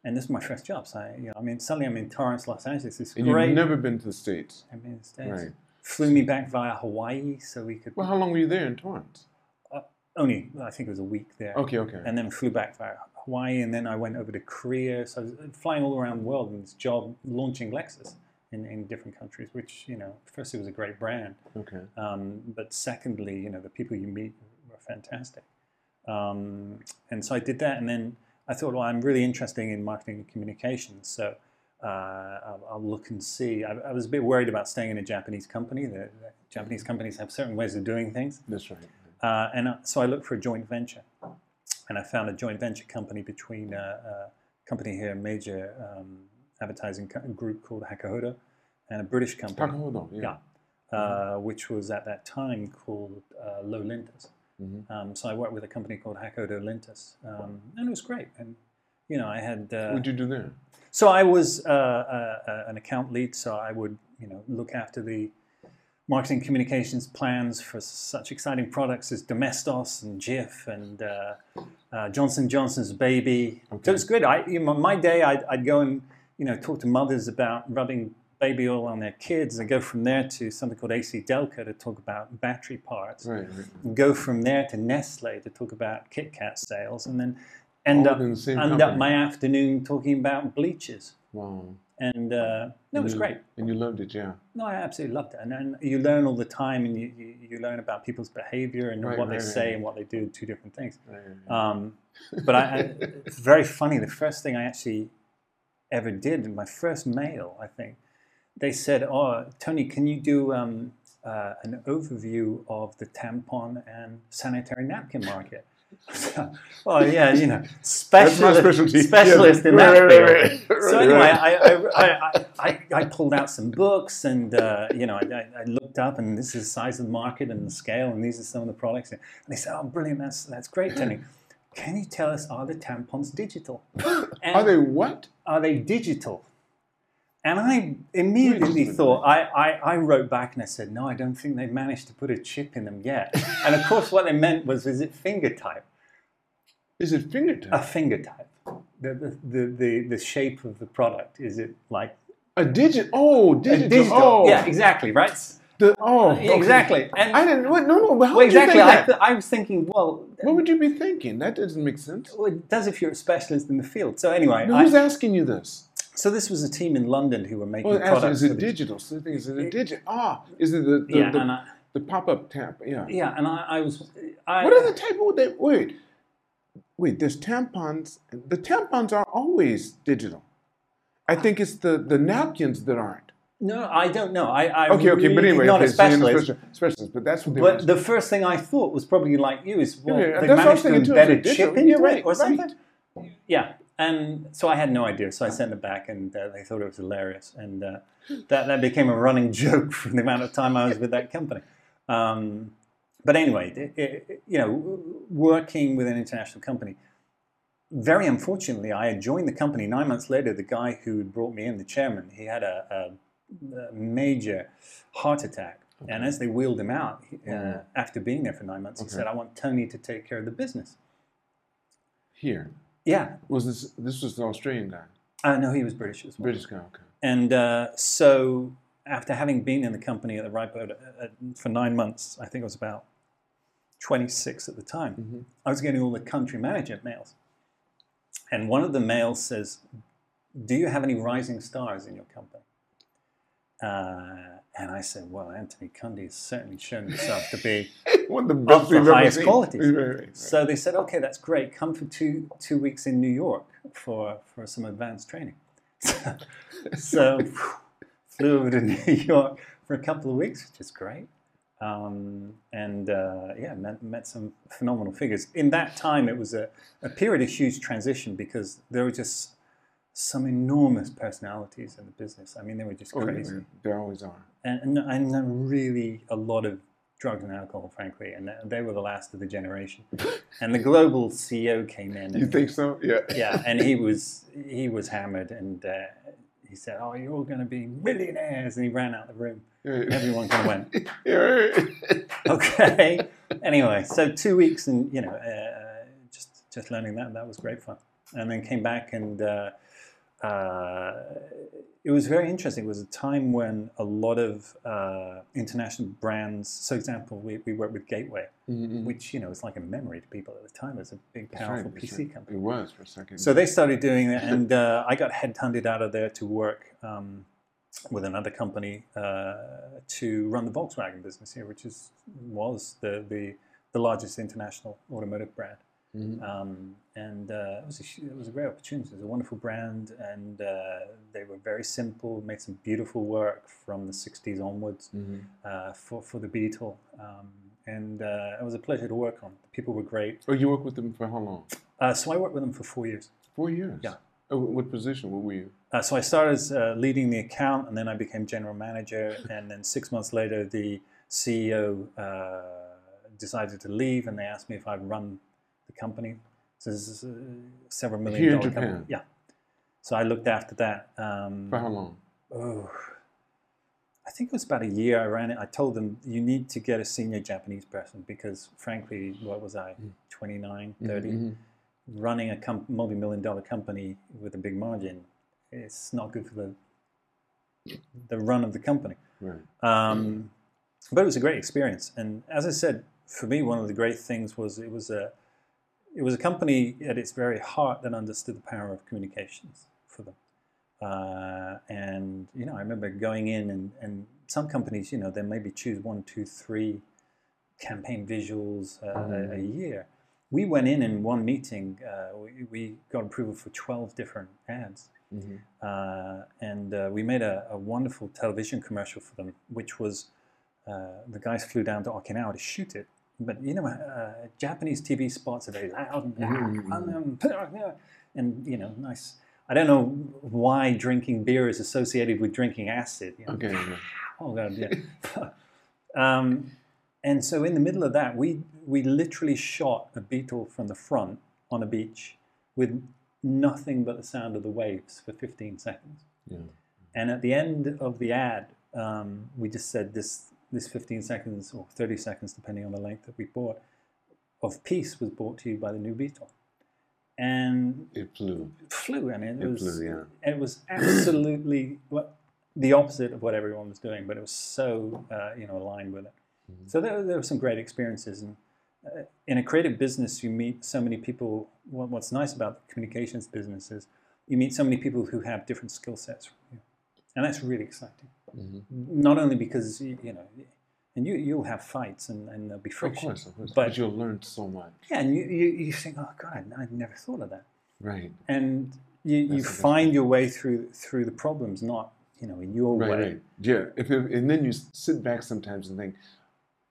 [SPEAKER 2] And this is my first job. So, I, you know, I mean, suddenly I'm in Torrance, Los Angeles. It's
[SPEAKER 1] And
[SPEAKER 2] great.
[SPEAKER 1] you've never been to the states,
[SPEAKER 2] I mean, it's
[SPEAKER 1] right?
[SPEAKER 2] Flew me back via Hawaii so we could
[SPEAKER 1] Well, how long were you there in Torrance?
[SPEAKER 2] only, I think it was a week there.
[SPEAKER 1] Okay, okay.
[SPEAKER 2] And then flew back via Hawaii. And then I went over to Korea. So I was flying all around the world in this job launching Lexus in, in different countries, which, you know, firstly was a great brand.
[SPEAKER 1] okay.
[SPEAKER 2] Um, but secondly, you know, the people you meet were fantastic. Um, and so I did that, and then I thought, well, I'm really interested in marketing and communications, so uh, I'll, I'll look and see. I, I was a bit worried about staying in a Japanese company. The, the Japanese companies have certain ways of doing things,
[SPEAKER 1] That's right.
[SPEAKER 2] uh, and uh, so I looked for a joint venture, and I found a joint venture company between a, a company here, a major um, advertising co- group called Hakahodo, and a British company
[SPEAKER 1] Takahodo, yeah.
[SPEAKER 2] Yeah. uh, which was at that time called uh, Low Lintus.
[SPEAKER 1] Mhm.
[SPEAKER 2] Um, so I worked with a company called Hakodo Lintus, um, and it was great. And you know, I had uh,
[SPEAKER 1] What'd you do there?
[SPEAKER 2] so I was uh, uh, uh, an account lead, so I would you know look after the marketing communications plans for such exciting products as Domestos and GIF and uh, uh, Johnson Johnson's Baby. So
[SPEAKER 1] Okay.
[SPEAKER 2] it was good. I you know, my day, I'd, I'd go and you know talk to mothers about rubbing baby oil on their kids, and go from there to something called AC Delco to talk about battery parts.
[SPEAKER 1] Right, right.
[SPEAKER 2] And go from there to Nestle to talk about Kit Kat sales, and then end
[SPEAKER 1] All
[SPEAKER 2] up
[SPEAKER 1] within the same
[SPEAKER 2] end up
[SPEAKER 1] company.
[SPEAKER 2] my afternoon talking about bleachers.
[SPEAKER 1] Wow.
[SPEAKER 2] And uh, no, it was
[SPEAKER 1] You-
[SPEAKER 2] great.
[SPEAKER 1] And you loved it, yeah.
[SPEAKER 2] No, I absolutely loved it. And, and you learn all the time, and you, you, you learn about people's behavior and
[SPEAKER 1] Right,
[SPEAKER 2] what they
[SPEAKER 1] right,
[SPEAKER 2] say
[SPEAKER 1] right.
[SPEAKER 2] and what they do, two different things.
[SPEAKER 1] Right, right, right.
[SPEAKER 2] Um, but I, I, it's very funny. The first thing I actually ever did, in my first mail, I think, they said, "Oh, Tony, can you do um, uh, an overview of the tampon and sanitary napkin market?" oh yeah, you know,
[SPEAKER 1] That's
[SPEAKER 2] specialist,
[SPEAKER 1] my specialty. Yeah.
[SPEAKER 2] specialist in that
[SPEAKER 1] Right, right, right,
[SPEAKER 2] field
[SPEAKER 1] right.
[SPEAKER 2] so
[SPEAKER 1] Right,
[SPEAKER 2] anyway,
[SPEAKER 1] right.
[SPEAKER 2] I, I, I, I, I pulled out some books and uh, you know I, I, I looked up and this is the size of the market and the scale and these are some of the products and they said oh brilliant that's that's great Tony can you tell us are the tampons digital and
[SPEAKER 1] Are they what?
[SPEAKER 2] are they digital And I immediately
[SPEAKER 1] Really?
[SPEAKER 2] thought, I, I, I wrote back and I said, no, I don't think they've managed to put a chip in them yet. and of course, what they meant was, is it finger type?
[SPEAKER 1] Is it finger
[SPEAKER 2] A
[SPEAKER 1] type?
[SPEAKER 2] finger type. The, the, the, the, the shape of the product, is it like
[SPEAKER 1] A digit? Oh,
[SPEAKER 2] a
[SPEAKER 1] digital.
[SPEAKER 2] digital?
[SPEAKER 1] Oh,
[SPEAKER 2] Yeah, exactly, right?
[SPEAKER 1] The, oh, okay.
[SPEAKER 2] Exactly. And
[SPEAKER 1] I didn't. What, no, no. But how
[SPEAKER 2] well,
[SPEAKER 1] would
[SPEAKER 2] exactly.
[SPEAKER 1] you think
[SPEAKER 2] I,
[SPEAKER 1] that?
[SPEAKER 2] th- I was thinking, well,
[SPEAKER 1] what would you be thinking? That doesn't make sense.
[SPEAKER 2] well, it does if you're a specialist in the field. So anyway,
[SPEAKER 1] No,
[SPEAKER 2] I-
[SPEAKER 1] who's asking you this?
[SPEAKER 2] so this was a team in London who were making
[SPEAKER 1] Well, actually,
[SPEAKER 2] products.
[SPEAKER 1] is
[SPEAKER 2] for
[SPEAKER 1] it
[SPEAKER 2] the-
[SPEAKER 1] digital? So the thing is, is it a digit? Ah, is it the the,
[SPEAKER 2] yeah,
[SPEAKER 1] the,
[SPEAKER 2] and I,
[SPEAKER 1] the pop-up tab? Yeah.
[SPEAKER 2] yeah, and I, I was. I,
[SPEAKER 1] What are the type of that? Wait, wait. There's tampons. The tampons are always digital. I think it's the the napkins that aren't.
[SPEAKER 2] No, I don't know. I, I
[SPEAKER 1] Okay, okay. But
[SPEAKER 2] really
[SPEAKER 1] anyway,
[SPEAKER 2] not
[SPEAKER 1] okay,
[SPEAKER 2] a
[SPEAKER 1] so you're not
[SPEAKER 2] specialist.
[SPEAKER 1] special- specialist, but that's what they were
[SPEAKER 2] But the first thing I thought was probably like you is well,
[SPEAKER 1] Yeah, yeah,
[SPEAKER 2] they
[SPEAKER 1] that's what I was
[SPEAKER 2] managed to
[SPEAKER 1] thinking too,
[SPEAKER 2] embed
[SPEAKER 1] it's
[SPEAKER 2] a
[SPEAKER 1] a digital-
[SPEAKER 2] chip in it
[SPEAKER 1] yeah, right,
[SPEAKER 2] or something.
[SPEAKER 1] right.
[SPEAKER 2] Yeah, and so I had no idea. So I sent it back, and uh, they thought it was hilarious, and uh, that that became a running joke from the amount of time I was with that company. Um, but anyway, it, it, you know, w- working with an international company. Very unfortunately, I had joined the company nine months later. The guy who had brought me in, the chairman, he had a, a, a major heart attack. And as they wheeled him out he- uh,
[SPEAKER 1] Mhm.
[SPEAKER 2] after being there for nine months, he
[SPEAKER 1] Okay.
[SPEAKER 2] said, "I want Tony to take care of the business."
[SPEAKER 1] here.
[SPEAKER 2] Yeah,
[SPEAKER 1] Was this this was the Australian guy,
[SPEAKER 2] uh, no, he was British as well.
[SPEAKER 1] British guy? Okay.
[SPEAKER 2] And uh, so, after having been in the company at the ripe old, uh, uh, for nine months, I think I was about 26 at the time,
[SPEAKER 1] Mhm.
[SPEAKER 2] I was getting all the country manager mails. And one of the mails says, Do you have any rising stars in your company? Uh, and I said, Well, Anthony Cundy has certainly shown himself to be.
[SPEAKER 1] One of the best
[SPEAKER 2] Of the
[SPEAKER 1] we've ever
[SPEAKER 2] highest
[SPEAKER 1] seen.
[SPEAKER 2] qualities.
[SPEAKER 1] Right, right, right.
[SPEAKER 2] So they said, okay, that's great. Come for two two weeks in New York for for some advanced training. so flew over to New York for a couple of weeks, which is great. Um, and uh, yeah, met, met some phenomenal figures. In that time, it was a, a period of huge transition because there were just some enormous personalities in the business. I mean, they were just
[SPEAKER 1] Oh,
[SPEAKER 2] crazy
[SPEAKER 1] yeah, they always are.
[SPEAKER 2] and, and, and really a lot of drugs and alcohol, frankly, and they were the last of the generation. and the global CEO came in.
[SPEAKER 1] You
[SPEAKER 2] and-
[SPEAKER 1] think so? Yeah.
[SPEAKER 2] yeah, and he was he was hammered, and uh, he said, "Oh, you're all going to be millionaires," and he ran out the room.
[SPEAKER 1] Yeah.
[SPEAKER 2] Everyone kind of went,
[SPEAKER 1] yeah, right.
[SPEAKER 2] "Okay." anyway, so two weeks, and you know, uh, just just learning that that was great fun, and then came back and. Uh, uh, it was very interesting. It was a time when a lot of uh, international brands, so example, we, we worked with Gateway,
[SPEAKER 1] Mhm.
[SPEAKER 2] which you know is like a memory to people at the time. It was a big,
[SPEAKER 1] That's
[SPEAKER 2] powerful
[SPEAKER 1] right, that's
[SPEAKER 2] PC
[SPEAKER 1] right.
[SPEAKER 2] company.
[SPEAKER 1] It was for a second.
[SPEAKER 2] So they started doing it, and uh, I got headhunted out of there to work um, with another company uh, to run the Volkswagen business here, which is was the the, the largest international automotive brand.
[SPEAKER 1] Mhm.
[SPEAKER 2] Um, and uh, it, was a, hu- it was a great opportunity. It was a wonderful brand, and uh, they were very simple, made some beautiful work from the 60s onwards
[SPEAKER 1] Mhm.
[SPEAKER 2] uh, for, for the Beetle. Um, and uh, it was a pleasure to work on. The people were great.
[SPEAKER 1] Oh, you worked with them for how long?
[SPEAKER 2] Uh, so I worked with them for four years.
[SPEAKER 1] Four years.
[SPEAKER 2] Yeah.
[SPEAKER 1] Oh, wh- what position? What were you?
[SPEAKER 2] Uh, so I started as uh, leading the account, and then I became general manager. And then six months later, the CEO uh, decided to leave, and they asked me if I'd run the company. So this is a several million
[SPEAKER 1] Here in
[SPEAKER 2] dollar
[SPEAKER 1] Japan? Uh-huh.
[SPEAKER 2] company. Yeah. So I looked after that. Um,
[SPEAKER 1] For how long?
[SPEAKER 2] oh, I think it was about a year. I ran it. I told them you need to get a senior Japanese person because, frankly, what was I?
[SPEAKER 1] Mm.
[SPEAKER 2] 29, 30
[SPEAKER 1] Mhm.
[SPEAKER 2] running a com- multi-million dollar company with a big margin it's not good for the the run of the company
[SPEAKER 1] Right.
[SPEAKER 2] um, but it was a great experience and as i said for me one of the great things was it was a it was a company at its very heart that understood the power of communications for them uh, and you know i remember going in and, and some companies you know they maybe choose one two three campaign visuals uh, a, a year we went in in one meeting uh, we, we got approval for 12 different ads
[SPEAKER 1] Mhm.
[SPEAKER 2] uh, and uh, we made a, a wonderful television commercial for them, which was uh, the guys flew down to Okinawa to shoot it. But you know, uh, Japanese TV spots are very loud and, and you know, nice. I don't know why drinking beer is associated with drinking acid. you know.
[SPEAKER 1] Okay. yeah.
[SPEAKER 2] Oh god, yeah. um, and so in the middle of that, we we literally shot a beetle from the front on a beach with nothing but the sound of the waves for 15 seconds.
[SPEAKER 1] Yeah.
[SPEAKER 2] And at the end of the ad, um, we just said this this 15 seconds or 30 seconds, depending on the length that we bought, of peace was brought to you by the new Beatle, and
[SPEAKER 1] It flew.
[SPEAKER 2] it flew. I mean, it,
[SPEAKER 1] It
[SPEAKER 2] was
[SPEAKER 1] flew, yeah.
[SPEAKER 2] it was absolutely what- the opposite of what everyone was doing, but it was so uh, you know aligned with it.
[SPEAKER 1] Mhm.
[SPEAKER 2] So there, there were some great experiences, and uh, in a creative business, you meet so many people. What, what's nice about the communications business is you meet so many people who have different skill sets, from you. and that's really exciting.
[SPEAKER 1] Mhm.
[SPEAKER 2] Not only because you, you know, and you you'll have fights and, and there'll be
[SPEAKER 1] Of
[SPEAKER 2] friction.
[SPEAKER 1] course, of course.
[SPEAKER 2] But-
[SPEAKER 1] But, you'll learn so much.
[SPEAKER 2] Yeah, and you, you, you think, oh God, I never thought of that.
[SPEAKER 1] Right.
[SPEAKER 2] And you, you
[SPEAKER 1] That's a good
[SPEAKER 2] find your way through through the problems, not you know in your
[SPEAKER 1] Right,
[SPEAKER 2] way.
[SPEAKER 1] right. Yeah. If, if, and then you s- sit back sometimes and think,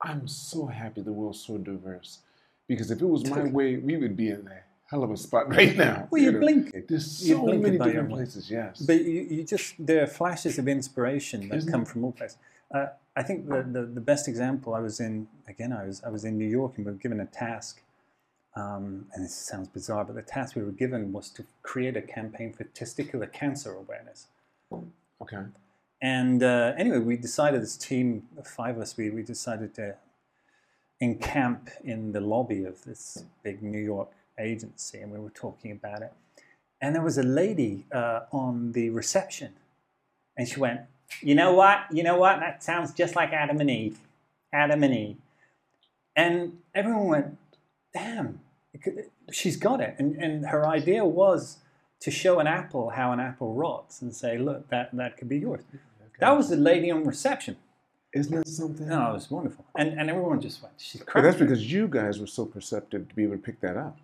[SPEAKER 1] I'm so happy the world's so diverse. Because if it was my
[SPEAKER 2] Totally.
[SPEAKER 1] way, we would be in a hell of a spot right now.
[SPEAKER 2] Well, you
[SPEAKER 1] know.
[SPEAKER 2] blink,
[SPEAKER 1] There's
[SPEAKER 2] you
[SPEAKER 1] so
[SPEAKER 2] blink and
[SPEAKER 1] many
[SPEAKER 2] by your
[SPEAKER 1] different
[SPEAKER 2] mind.
[SPEAKER 1] places, yes.
[SPEAKER 2] But you, you just there are flashes of inspiration that
[SPEAKER 1] Isn't
[SPEAKER 2] come from all places. Uh, I think the, the the best example I was in again I was I was in New York and we were given a task, um, and this sounds bizarre, but the task we were given was to create a campaign for testicular cancer awareness.
[SPEAKER 1] okay.
[SPEAKER 2] And uh, anyway, we decided this team, the five of us, we, we decided to encamp in the lobby of this big New York agency, and we were talking about it. And there was a lady uh, on the reception, and she went, "You know what? You know what? That sounds just like Adam and Eve. Adam and Eve." And everyone went, "Damn, it could- she's got it!" And and her idea was to show an apple how an apple rots, and say, "Look, that that could be yours." That was the lady on reception.
[SPEAKER 1] Isn't that something?
[SPEAKER 2] No, it was wonderful. And, and everyone just went, she's
[SPEAKER 1] But that's
[SPEAKER 2] crazy.
[SPEAKER 1] because you guys were so perceptive to be able to pick that up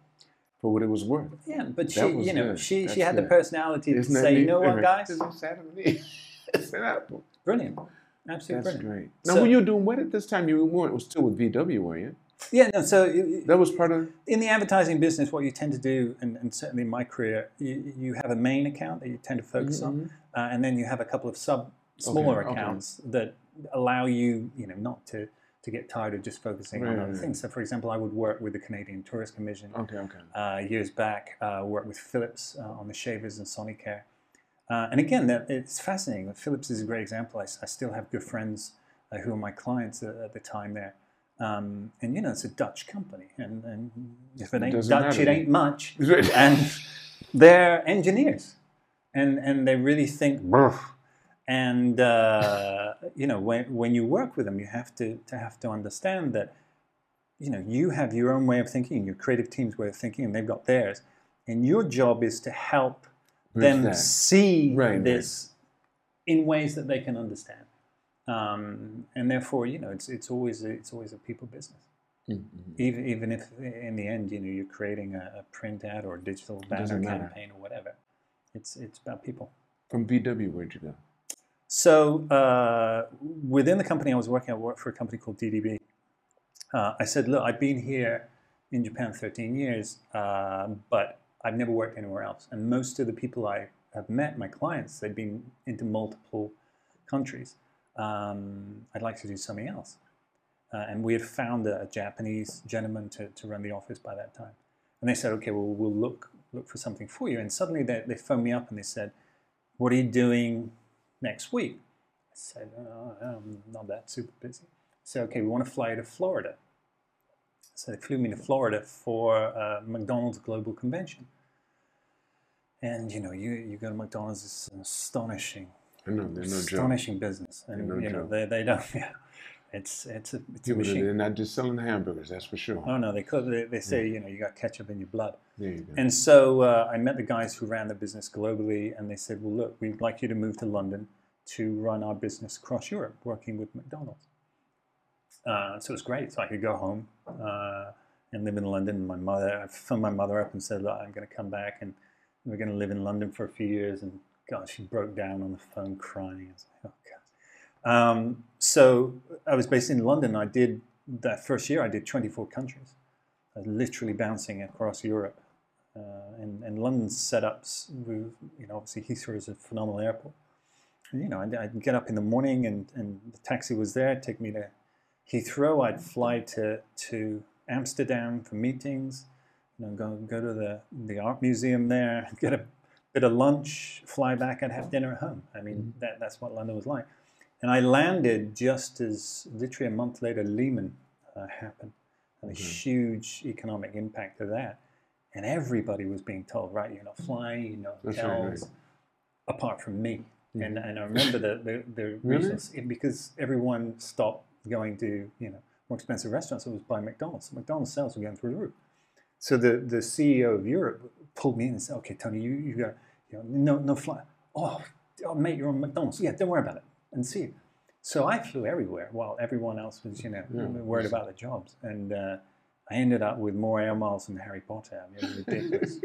[SPEAKER 1] for what it was worth.
[SPEAKER 2] Yeah, but she,
[SPEAKER 1] That was
[SPEAKER 2] you know,
[SPEAKER 1] good.
[SPEAKER 2] she, she
[SPEAKER 1] That's
[SPEAKER 2] had the
[SPEAKER 1] good.
[SPEAKER 2] personality to
[SPEAKER 1] Isn't that
[SPEAKER 2] say, you
[SPEAKER 1] neat?
[SPEAKER 2] know what,
[SPEAKER 1] Right.
[SPEAKER 2] guys?
[SPEAKER 1] It's Adam and Eve. It's an apple.
[SPEAKER 2] Brilliant. Absolutely
[SPEAKER 1] That's great.
[SPEAKER 2] brilliant.
[SPEAKER 1] Now,
[SPEAKER 2] So-
[SPEAKER 1] were you doing what at this time? You weren't. It was still with VW, were you?
[SPEAKER 2] Yeah, no, so you-
[SPEAKER 1] That was part of.
[SPEAKER 2] in the advertising business, what you tend to do, and, and certainly in my career, you, you have a main account that you tend to
[SPEAKER 1] mm-hmm.
[SPEAKER 2] focus on, uh, and then you have a couple of sub smaller
[SPEAKER 1] Okay, okay.
[SPEAKER 2] accounts that allow you, you know, not to, to get tired of just focusing
[SPEAKER 1] Right,
[SPEAKER 2] on
[SPEAKER 1] right,
[SPEAKER 2] other
[SPEAKER 1] right.
[SPEAKER 2] things. So, for example, I would work with the Canadian Tourist Commission
[SPEAKER 1] Okay, okay.
[SPEAKER 2] uh, years back, uh, worked with Philips uh, on the shavers and Sonicare. Uh, and again, that, it's fascinating. Philips is a great example. I, s- I still have good friends uh, who were my clients at, at the time there. Um, and you know, it's a Dutch company, and, and if it
[SPEAKER 1] It
[SPEAKER 2] ain't
[SPEAKER 1] doesn't
[SPEAKER 2] Dutch,
[SPEAKER 1] matter.
[SPEAKER 2] it ain't much.
[SPEAKER 1] Right.
[SPEAKER 2] And they're engineers, and and they really think. "Brr." And uh, you know, when when you work with them, you have to to have to understand that you know, you have your own way of thinking, your creative team's way of thinking, and they've got theirs. And your job is to help
[SPEAKER 1] Who's
[SPEAKER 2] them
[SPEAKER 1] that?
[SPEAKER 2] see
[SPEAKER 1] Right, right.
[SPEAKER 2] this in ways that they can understand. Um, and therefore, you know, it's it's always a, it's always a people business.
[SPEAKER 1] Mm, mm, mm.
[SPEAKER 2] Even even if in the end, you know, you're creating a, a print ad or a digital banner
[SPEAKER 1] Doesn't matter.
[SPEAKER 2] campaign or whatever, it's it's about people.
[SPEAKER 1] From VW, where'd you go?
[SPEAKER 2] So uh, within the company I was working, I worked for a company called DDB. Uh, I said, look, I've been here in Japan 13 years, uh, but I've never worked anywhere else. And most of the people I have met, my clients, they've been into multiple countries. Um, I'd like to do something else. Uh, and we had found a, a Japanese gentleman to, to run the office by that time. And they said, okay, well, we'll look look for something for you. And suddenly they, they phoned me up and they said, what are you doing next week? I said, oh, I'm not that super busy. So, okay, we want to fly you to Florida. So they flew me to Florida for uh, McDonald's Global Convention. And you know, you, you go to McDonald's, it's an astonishing,
[SPEAKER 1] I know there's no joke.
[SPEAKER 2] astonishing business. And
[SPEAKER 1] no
[SPEAKER 2] you know,
[SPEAKER 1] joke.
[SPEAKER 2] they, they don't, yeah. It's, it's a, it's a
[SPEAKER 1] People,
[SPEAKER 2] machine.
[SPEAKER 1] they're not just selling hamburgers. That's for sure.
[SPEAKER 2] Oh no, they, cook- they, they say, you know, you got ketchup in your blood.
[SPEAKER 1] there you go.
[SPEAKER 2] And so uh, I met the guys who ran the business globally, and they said, "Well, look, we'd like you to move to London to run our business across Europe, working with McDonald's." Uh, so it was great. So I could go home uh, and live in London. And My mother, I phoned my mother up and said, "Look, I'm going to come back, and we're going to live in London for a few years." And God, she broke down on the phone crying. I was like, "Oh God." Um, so I was based in London. I did that first year. I did 24 countries. I was literally bouncing across Europe uh, and, and London's setups, we, you know, obviously Heathrow is a phenomenal airport. And, you know, I'd, I'd get up in the morning and, and the taxi was there, take me to Heathrow. I'd fly to, to Amsterdam for meetings, you know, go, go to the, the art museum there, get a bit of lunch, fly back, and have dinner at home. I mean, that, that's what London was like. And I landed just as literally a month later Lehman uh, happened and the
[SPEAKER 1] Okay.
[SPEAKER 2] huge economic impact of that. And everybody was being told, right, you're not flying, you're not
[SPEAKER 1] That's right,
[SPEAKER 2] hotels, apart from me.
[SPEAKER 1] Mhm.
[SPEAKER 2] And, and I remember the, the, the
[SPEAKER 1] Really?
[SPEAKER 2] reasons it- because everyone stopped going to, you know, more expensive restaurants. It was by McDonald's. McDonald's sales were going through the roof. So the, the CEO of Europe pulled me in and said, okay, Tony, you, you got, you know, no, no fly. Oh, oh, mate, you're on McDonald's. Yeah, don't worry about it and see you. So I flew everywhere while everyone else was, you know,
[SPEAKER 1] Yeah.
[SPEAKER 2] worried about their jobs. And uh, I ended up with more air miles than Harry Potter. I mean, it was ridiculous.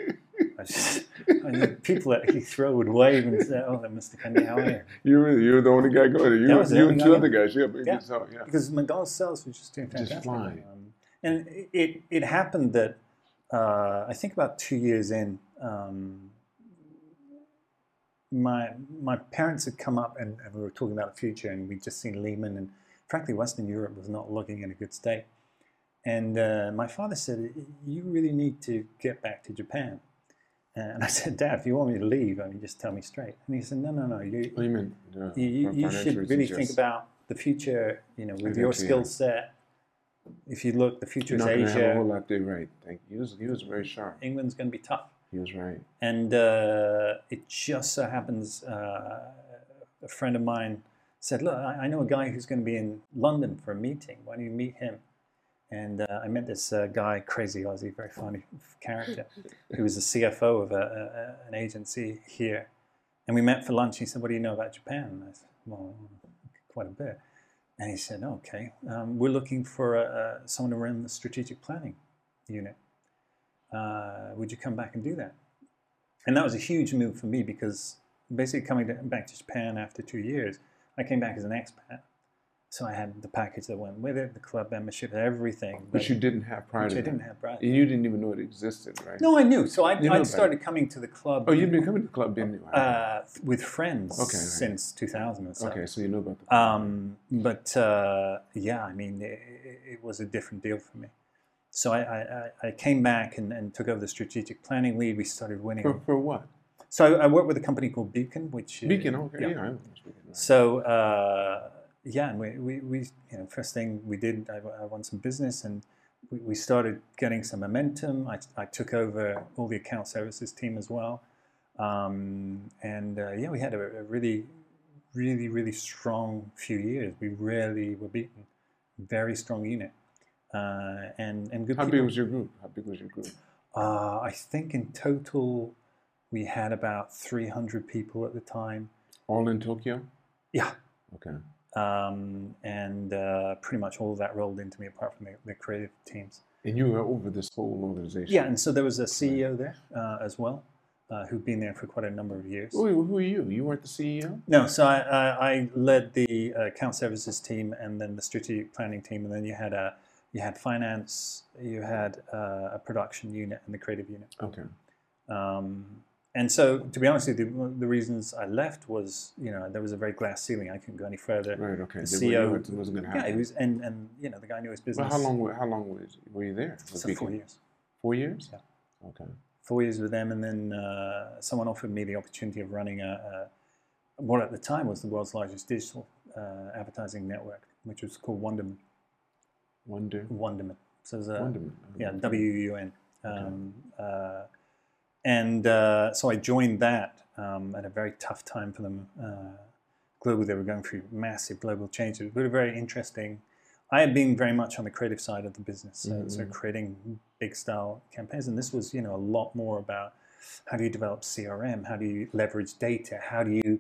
[SPEAKER 2] I was just, I mean, people at Heathrow would wave and say, oh, that Mr. Kanye, how are you?
[SPEAKER 1] You were you're the only guy going. You
[SPEAKER 2] That
[SPEAKER 1] were
[SPEAKER 2] was the
[SPEAKER 1] you
[SPEAKER 2] only
[SPEAKER 1] and
[SPEAKER 2] guy
[SPEAKER 1] two
[SPEAKER 2] going.
[SPEAKER 1] other guys. Yeah, but
[SPEAKER 2] Yeah.
[SPEAKER 1] it's all- yeah.
[SPEAKER 2] because McDonald's sales was just doing
[SPEAKER 1] Just
[SPEAKER 2] fantastic.
[SPEAKER 1] flying.
[SPEAKER 2] Um, and it, it, it happened that uh, I think about two years in, um, my my parents had come up and, and we were talking about the future, and we'd just seen Lehman, and frankly, Western Europe was not looking in a good state. And uh, my father said, "You really need to get back to Japan." And I said, "Dad, if you want me to leave, I mean, just tell me straight." And he said, "No, no, no. You,
[SPEAKER 1] What do you mean? Yeah,
[SPEAKER 2] you, you,
[SPEAKER 1] for
[SPEAKER 2] you
[SPEAKER 1] financial
[SPEAKER 2] should really
[SPEAKER 1] reasons,
[SPEAKER 2] think
[SPEAKER 1] yes.
[SPEAKER 2] about the future you know with your
[SPEAKER 1] Exactly,
[SPEAKER 2] skill
[SPEAKER 1] yeah.
[SPEAKER 2] set if you look the future
[SPEAKER 1] You're
[SPEAKER 2] is
[SPEAKER 1] not gonna have a whole
[SPEAKER 2] asia
[SPEAKER 1] lot there, right? Thank you. He was, he was very sharp.
[SPEAKER 2] england's going to be tough
[SPEAKER 1] He was right.
[SPEAKER 2] and uh, it just so happens uh, a friend of mine said look i, I know a guy who's going to be in london for a meeting why don't you meet him and uh, I met this uh, guy, crazy Aussie, very funny character, who was the CFO of a, a, a- an agency here. And we met for lunch. He said, "What do you know about Japan?" And I said, "Well, quite a bit." And he said, "Okay, um, we're looking for a, a, someone to run the strategic planning unit. Uh, would you come back and do that?" And that was a huge move for me because basically coming to, back to Japan after two years, I came back as an expat. So I had the package that went with it, the club membership, everything.
[SPEAKER 1] Which
[SPEAKER 2] that-
[SPEAKER 1] you didn't have prior
[SPEAKER 2] which
[SPEAKER 1] to
[SPEAKER 2] I
[SPEAKER 1] that.
[SPEAKER 2] didn't have prior.
[SPEAKER 1] You didn't even know it existed, right?
[SPEAKER 2] No, I knew. So I,
[SPEAKER 1] You know
[SPEAKER 2] I
[SPEAKER 1] about
[SPEAKER 2] started coming to the club
[SPEAKER 1] Oh, you've been coming to the club, didn't you?
[SPEAKER 2] uh, with friends
[SPEAKER 1] Okay, okay.
[SPEAKER 2] since 2000 or so.
[SPEAKER 1] okay, so you know about the club.
[SPEAKER 2] Um, but uh, yeah, I mean, it, it was a different deal for me. So I, I, I- I came back and, and took over the strategic planning lead. We started
[SPEAKER 1] for,
[SPEAKER 2] winning.
[SPEAKER 1] for what?
[SPEAKER 2] So I worked with a company called Beacon, which uh,
[SPEAKER 1] Beacon, okay. Yeah,
[SPEAKER 2] yeah.
[SPEAKER 1] I know it's Beacon. right.
[SPEAKER 2] So uh, yeah, and we, we, we you know first thing we did, I, I won some business and we, we started getting some momentum. I, I took over all the account services team as well, um, and uh, yeah, we had a, a really, really, really strong few years. We really were beaten, very strong unit, uh, and and good.
[SPEAKER 1] How
[SPEAKER 2] people.
[SPEAKER 1] big was your group? How big was your group?
[SPEAKER 2] Uh, I think in total, we had about three hundred people at the time.
[SPEAKER 1] All in Tokyo?
[SPEAKER 2] Yeah,
[SPEAKER 1] Okay.
[SPEAKER 2] um, and uh, pretty much all of that rolled into me apart from the, the creative teams.
[SPEAKER 1] And you were over this whole organization?
[SPEAKER 2] Yeah, and so there was a CEO there uh, as well, uh, who'd been there for quite a number of years.
[SPEAKER 1] Who, who are you? You weren't the E CEO?
[SPEAKER 2] No, so I, I, I led the uh, account services team and then the strategic planning team, and then you had a you had finance, you had uh, a production unit, and the creative unit.
[SPEAKER 1] Okay.
[SPEAKER 2] Um, and so, to be honest with you, one of the reasons I left was, you know, there was a very glass ceiling. I couldn't go any further.
[SPEAKER 1] Right, okay.
[SPEAKER 2] The
[SPEAKER 1] They were-
[SPEAKER 2] CEO
[SPEAKER 1] knew It wasn't going to
[SPEAKER 2] Yeah,
[SPEAKER 1] happen.
[SPEAKER 2] it was, and, and, you know, the guy knew his business.
[SPEAKER 1] well, how long, were- how long was, were you there? with
[SPEAKER 2] So
[SPEAKER 1] Beacon?
[SPEAKER 2] four years.
[SPEAKER 1] Four years?
[SPEAKER 2] Yeah.
[SPEAKER 1] Okay.
[SPEAKER 2] Four years with them, and then uh, someone offered me the opportunity of running a, a what at the time was the world's largest digital uh, advertising network, which was called Wonderman.
[SPEAKER 1] Wonder.
[SPEAKER 2] Wonderman. So it was a
[SPEAKER 1] Wonderment.
[SPEAKER 2] Uh, yeah W U N. Um, uh, and uh, so I joined that um, at a very tough time for them. Uh, globally, they were going through massive global changes. It was very interesting. I had been very much on the creative side of the business, so, so
[SPEAKER 1] Mhm.
[SPEAKER 2] creating big style campaigns. And this was, you know, a lot more about how do you develop CRM, how do you leverage data, how do you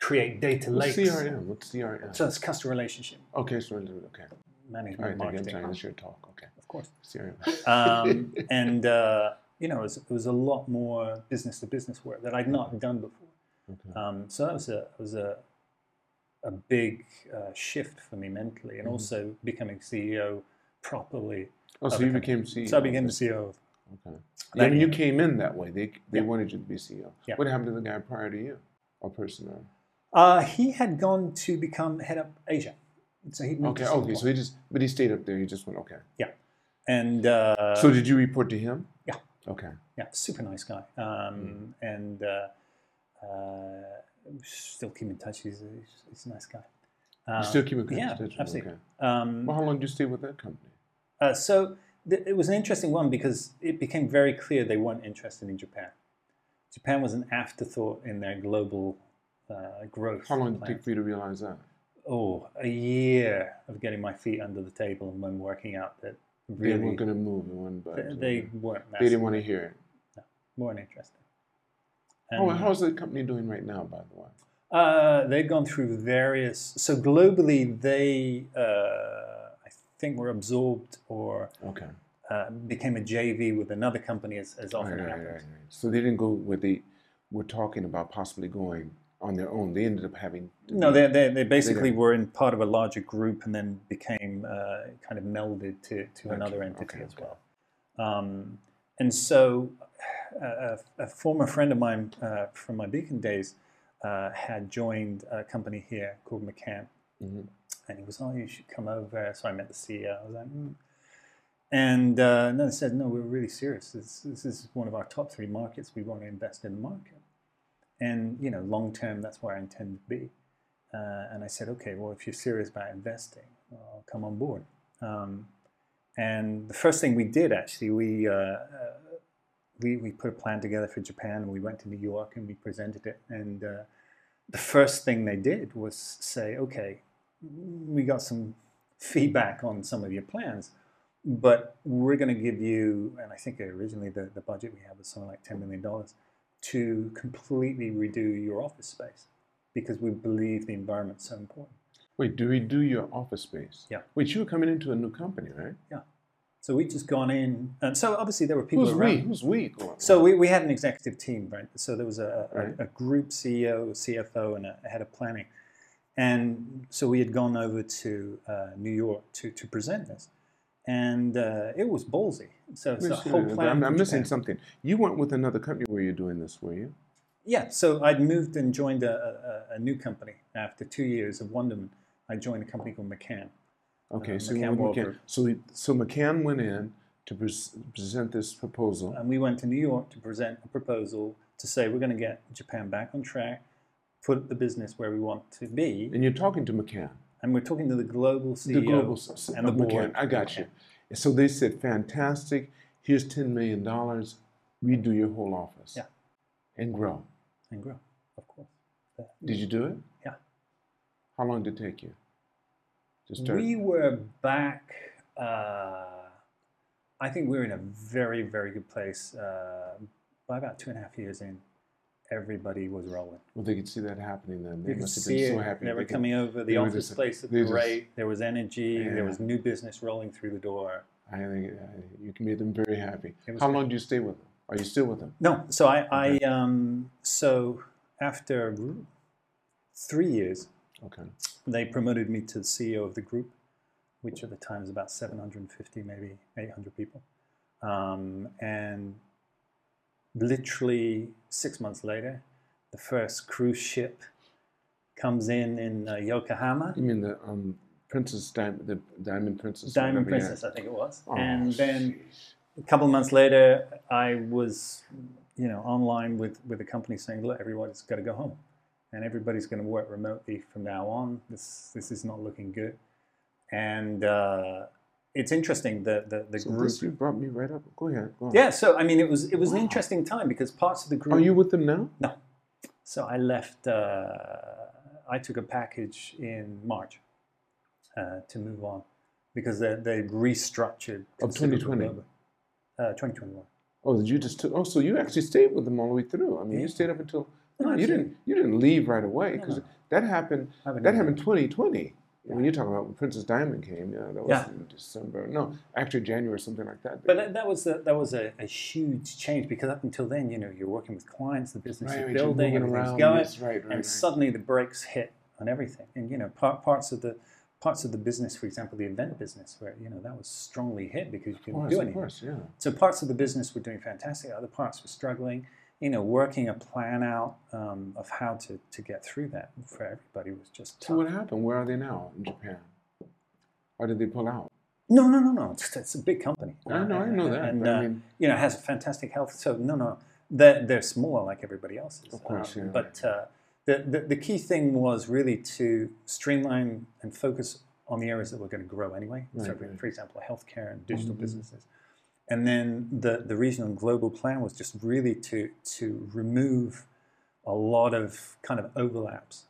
[SPEAKER 2] create data
[SPEAKER 1] What's
[SPEAKER 2] lakes.
[SPEAKER 1] CRM? What's CRM?
[SPEAKER 2] So it's customer relationship
[SPEAKER 1] okay, so, okay. All right, thank
[SPEAKER 2] management,
[SPEAKER 1] you. I'm
[SPEAKER 2] marketing,
[SPEAKER 1] sorry. That's your talk. Okay.
[SPEAKER 2] of course.
[SPEAKER 1] CRM.
[SPEAKER 2] um, and uh, you know, it was, it was a lot more business to business work that I'd not done before.
[SPEAKER 1] Okay.
[SPEAKER 2] Um, so that was a was a a big uh, shift for me mentally, and
[SPEAKER 1] Mhm.
[SPEAKER 2] also becoming CEO properly.
[SPEAKER 1] Oh, so
[SPEAKER 2] other
[SPEAKER 1] you
[SPEAKER 2] company.
[SPEAKER 1] became CEO.
[SPEAKER 2] So I became the CEO. Of,
[SPEAKER 1] Okay.
[SPEAKER 2] That
[SPEAKER 1] I mean, you
[SPEAKER 2] year.
[SPEAKER 1] came in that way. They they
[SPEAKER 2] Yeah.
[SPEAKER 1] wanted you to be CEO.
[SPEAKER 2] Yeah.
[SPEAKER 1] What happened to the guy prior to you, or person? Or?
[SPEAKER 2] uh, he had gone to become head up Asia, so he moved
[SPEAKER 1] Okay.
[SPEAKER 2] to E
[SPEAKER 1] Okay. So
[SPEAKER 2] Singapore.
[SPEAKER 1] he just, but he stayed up there. He just went. Okay.
[SPEAKER 2] and uh,
[SPEAKER 1] so did you report to him?
[SPEAKER 2] yeah.
[SPEAKER 1] Okay.
[SPEAKER 2] Yeah, super nice guy. Um,
[SPEAKER 1] Hmm.
[SPEAKER 2] And uh, uh, still keep in touch. He's a, he's a nice guy. Um,
[SPEAKER 1] you still keep in
[SPEAKER 2] yeah,
[SPEAKER 1] contact. with them,
[SPEAKER 2] absolutely.
[SPEAKER 1] Okay.
[SPEAKER 2] um,
[SPEAKER 1] Well, how long did you stay with that company?
[SPEAKER 2] uh, so th- it was an interesting one because it became very clear they weren't interested in Japan. Japan was an afterthought in their global uh, growth.
[SPEAKER 1] How long did it
[SPEAKER 2] plan.
[SPEAKER 1] take for you to realize that?
[SPEAKER 2] Oh, a year of getting my feet under the table and when working out that
[SPEAKER 1] They
[SPEAKER 2] really
[SPEAKER 1] weren't going to move. They, weren't
[SPEAKER 2] they,
[SPEAKER 1] budge.
[SPEAKER 2] they
[SPEAKER 1] Okay.
[SPEAKER 2] weren't
[SPEAKER 1] uh, they
[SPEAKER 2] massive,
[SPEAKER 1] didn't want to hear it.
[SPEAKER 2] weren't interested.
[SPEAKER 1] Oh,
[SPEAKER 2] And-
[SPEAKER 1] and how's the company doing right now, by the way?
[SPEAKER 2] Uh, they've gone through various. So globally, they uh, I think were absorbed or
[SPEAKER 1] Okay.
[SPEAKER 2] uh, became a JV with another company, as, as often
[SPEAKER 1] Right, right,
[SPEAKER 2] happens.
[SPEAKER 1] right, right. So they didn't go where they were talking about possibly going on their own. They ended up having. to
[SPEAKER 2] No,
[SPEAKER 1] be-
[SPEAKER 2] they, they, they basically
[SPEAKER 1] don't.
[SPEAKER 2] were in part of a larger group and then became uh, kind of melded to, to
[SPEAKER 1] Okay,
[SPEAKER 2] another entity
[SPEAKER 1] okay,
[SPEAKER 2] as
[SPEAKER 1] okay.
[SPEAKER 2] well. Um, and so uh, a, a former friend of mine uh, from my Beacon days uh, had joined a company here called McCann.
[SPEAKER 1] Mhm.
[SPEAKER 2] And he was, oh, you should come over. So I met the CEO. I was like, mm. And uh, no, they said, no, we're really serious. This, this is one of our top three markets. We want to invest in the market. And, you know, long term, that's where I intend to be. Uh, and I said, okay, well, if you're serious about investing, I'll come on board. Um, and the first thing we did, actually, we, uh, uh, we, we put a plan together for Japan and we went to New York and we presented it. And uh, the first thing they did was say, okay, we got some feedback on some of your plans, but we're going to give you, and I think originally the, the budget we had was something like $10 million to completely redo your office space because we believe the environment's so important.
[SPEAKER 1] Wait, do we do your office space?
[SPEAKER 2] Yeah.
[SPEAKER 1] Wait, you were coming into a new company, right?
[SPEAKER 2] So we just gone in, and so obviously there were people
[SPEAKER 1] Who's
[SPEAKER 2] around.
[SPEAKER 1] we? Who's we? Go on.
[SPEAKER 2] So we, we had an executive team, right? So there was a, a,
[SPEAKER 1] Right.
[SPEAKER 2] a group E CEO, CFO, and a, a head of planning. And so we had gone over to uh, New York to, to present this. And uh, it was ballsy. So it's
[SPEAKER 1] Wait,
[SPEAKER 2] a
[SPEAKER 1] wait,
[SPEAKER 2] whole
[SPEAKER 1] wait,
[SPEAKER 2] plan.
[SPEAKER 1] I'm,
[SPEAKER 2] for
[SPEAKER 1] I'm missing
[SPEAKER 2] Japan.
[SPEAKER 1] something. You went with another company where you're doing this, were you?
[SPEAKER 2] Yeah, so I'd moved and joined a, a, a new company after two years of Wonderman. I joined a company called McCann.
[SPEAKER 1] Okay,
[SPEAKER 2] Uh,
[SPEAKER 1] so
[SPEAKER 2] McCann
[SPEAKER 1] you went with McCann.
[SPEAKER 2] Wahlberg.
[SPEAKER 1] So, we- so McCann went in to pres present this proposal.
[SPEAKER 2] And we went to New York to present a proposal to say we're going to get Japan back on track, put the business where we want to be.
[SPEAKER 1] and you're talking to McCann,
[SPEAKER 2] And we're talking to the global CEO.
[SPEAKER 1] the global s-
[SPEAKER 2] E and the
[SPEAKER 1] of
[SPEAKER 2] board.
[SPEAKER 1] McCann. I got you. And so they said, "Fantastic! Here's ten million dollars. Redo your whole office
[SPEAKER 2] Yeah.
[SPEAKER 1] and grow."
[SPEAKER 2] and grow, of course.
[SPEAKER 1] Did you do it?
[SPEAKER 2] Yeah.
[SPEAKER 1] How long did it take you? To start.
[SPEAKER 2] We were back. Uh, I think we were in a very, very good place. Uh, by about two and a half years in, everybody was rolling.
[SPEAKER 1] well, they could see that happening then. They
[SPEAKER 2] You could
[SPEAKER 1] must have
[SPEAKER 2] see
[SPEAKER 1] been so
[SPEAKER 2] it.
[SPEAKER 1] happy.
[SPEAKER 2] They were
[SPEAKER 1] could-
[SPEAKER 2] coming over. The
[SPEAKER 1] they were
[SPEAKER 2] office
[SPEAKER 1] just-
[SPEAKER 2] space looked
[SPEAKER 1] they just-
[SPEAKER 2] great. there was energy.
[SPEAKER 1] Yeah.
[SPEAKER 2] There was new business rolling through the door.
[SPEAKER 1] I think uh, you made them very happy.
[SPEAKER 2] It was
[SPEAKER 1] How
[SPEAKER 2] good.
[SPEAKER 1] long do you stay with them? Are you still with them?
[SPEAKER 2] No, so I, I um, so after three years,
[SPEAKER 1] Okay.
[SPEAKER 2] they promoted me to the CEO of the group, which at the time was about 750, maybe 800 people. Um, and literally six months later, the first cruise ship comes in in uh, Yokohama,
[SPEAKER 1] You mean the um, Princess Diamond, the Diamond Princess? or
[SPEAKER 2] Diamond
[SPEAKER 1] whatever, yeah.
[SPEAKER 2] Princess, I think it was.
[SPEAKER 1] Oh,
[SPEAKER 2] and then
[SPEAKER 1] jeez.
[SPEAKER 2] a couple of months later, I was, you know, online with with a company saying, "Look, everybody's got to go home, and everybody's going to work remotely from now on. This this is not looking good." And uh, it's interesting that the, the
[SPEAKER 1] So
[SPEAKER 2] group.
[SPEAKER 1] this, you brought me right up. Go ahead. Go on.
[SPEAKER 2] Yeah, so I mean, it was it was an
[SPEAKER 1] Wow.
[SPEAKER 2] interesting time because parts of the group.
[SPEAKER 1] Are you with them now?
[SPEAKER 2] So I left. Uh, I took a package in March uh, to move on because they they restructured
[SPEAKER 1] Of 2020?
[SPEAKER 2] considerably. Uh, 2021.
[SPEAKER 1] Oh, you just took. Oh, so you actually stayed with them all the way through. I mean,
[SPEAKER 2] Yeah.
[SPEAKER 1] you stayed up until.
[SPEAKER 2] No,
[SPEAKER 1] you
[SPEAKER 2] absolutely.
[SPEAKER 1] didn't. You didn't leave right away
[SPEAKER 2] No,
[SPEAKER 1] because
[SPEAKER 2] no.
[SPEAKER 1] that happened.
[SPEAKER 2] I haven't
[SPEAKER 1] That
[SPEAKER 2] done
[SPEAKER 1] happened 2020. When
[SPEAKER 2] Yeah.
[SPEAKER 1] you're talking about when Princess Diamond came, yeah, that was
[SPEAKER 2] Yeah.
[SPEAKER 1] in December. No, actually January, something like that.
[SPEAKER 2] But that, that was a, that was a, a huge change because up until then, you know, you're working with clients, the business
[SPEAKER 1] right,
[SPEAKER 2] is
[SPEAKER 1] right, you're
[SPEAKER 2] building,
[SPEAKER 1] moving
[SPEAKER 2] everything's
[SPEAKER 1] around.
[SPEAKER 2] going,
[SPEAKER 1] Yes, right, right,
[SPEAKER 2] and
[SPEAKER 1] right.
[SPEAKER 2] suddenly the brakes hit on everything. And you know, part, parts of the parts of the business, for example, the event business, where you know that was strongly hit because you
[SPEAKER 1] Of
[SPEAKER 2] couldn't
[SPEAKER 1] course,
[SPEAKER 2] do
[SPEAKER 1] of
[SPEAKER 2] anything.
[SPEAKER 1] course, yeah.
[SPEAKER 2] So parts of the business were doing fantastic, other parts were struggling. You know, working a plan out um, of how to, to get through that for everybody was just
[SPEAKER 1] So
[SPEAKER 2] tough.
[SPEAKER 1] what happened? Where are they now in Japan? Why did they pull out?
[SPEAKER 2] No, no, no, no. It's, it's a big company.
[SPEAKER 1] I know, I know that.
[SPEAKER 2] Uh, And,
[SPEAKER 1] but
[SPEAKER 2] uh,
[SPEAKER 1] I mean,
[SPEAKER 2] you know, has a fantastic health. So no, no, they're, they're smaller like everybody else's.
[SPEAKER 1] Of course, yeah.
[SPEAKER 2] But uh, the, the the key thing was really to streamline and focus on the areas that were going to grow anyway. so,
[SPEAKER 1] Right, right.
[SPEAKER 2] for example, healthcare and digital
[SPEAKER 1] Mhm.
[SPEAKER 2] businesses. And then the the regional and global plan was just really to to remove a lot of kind of overlaps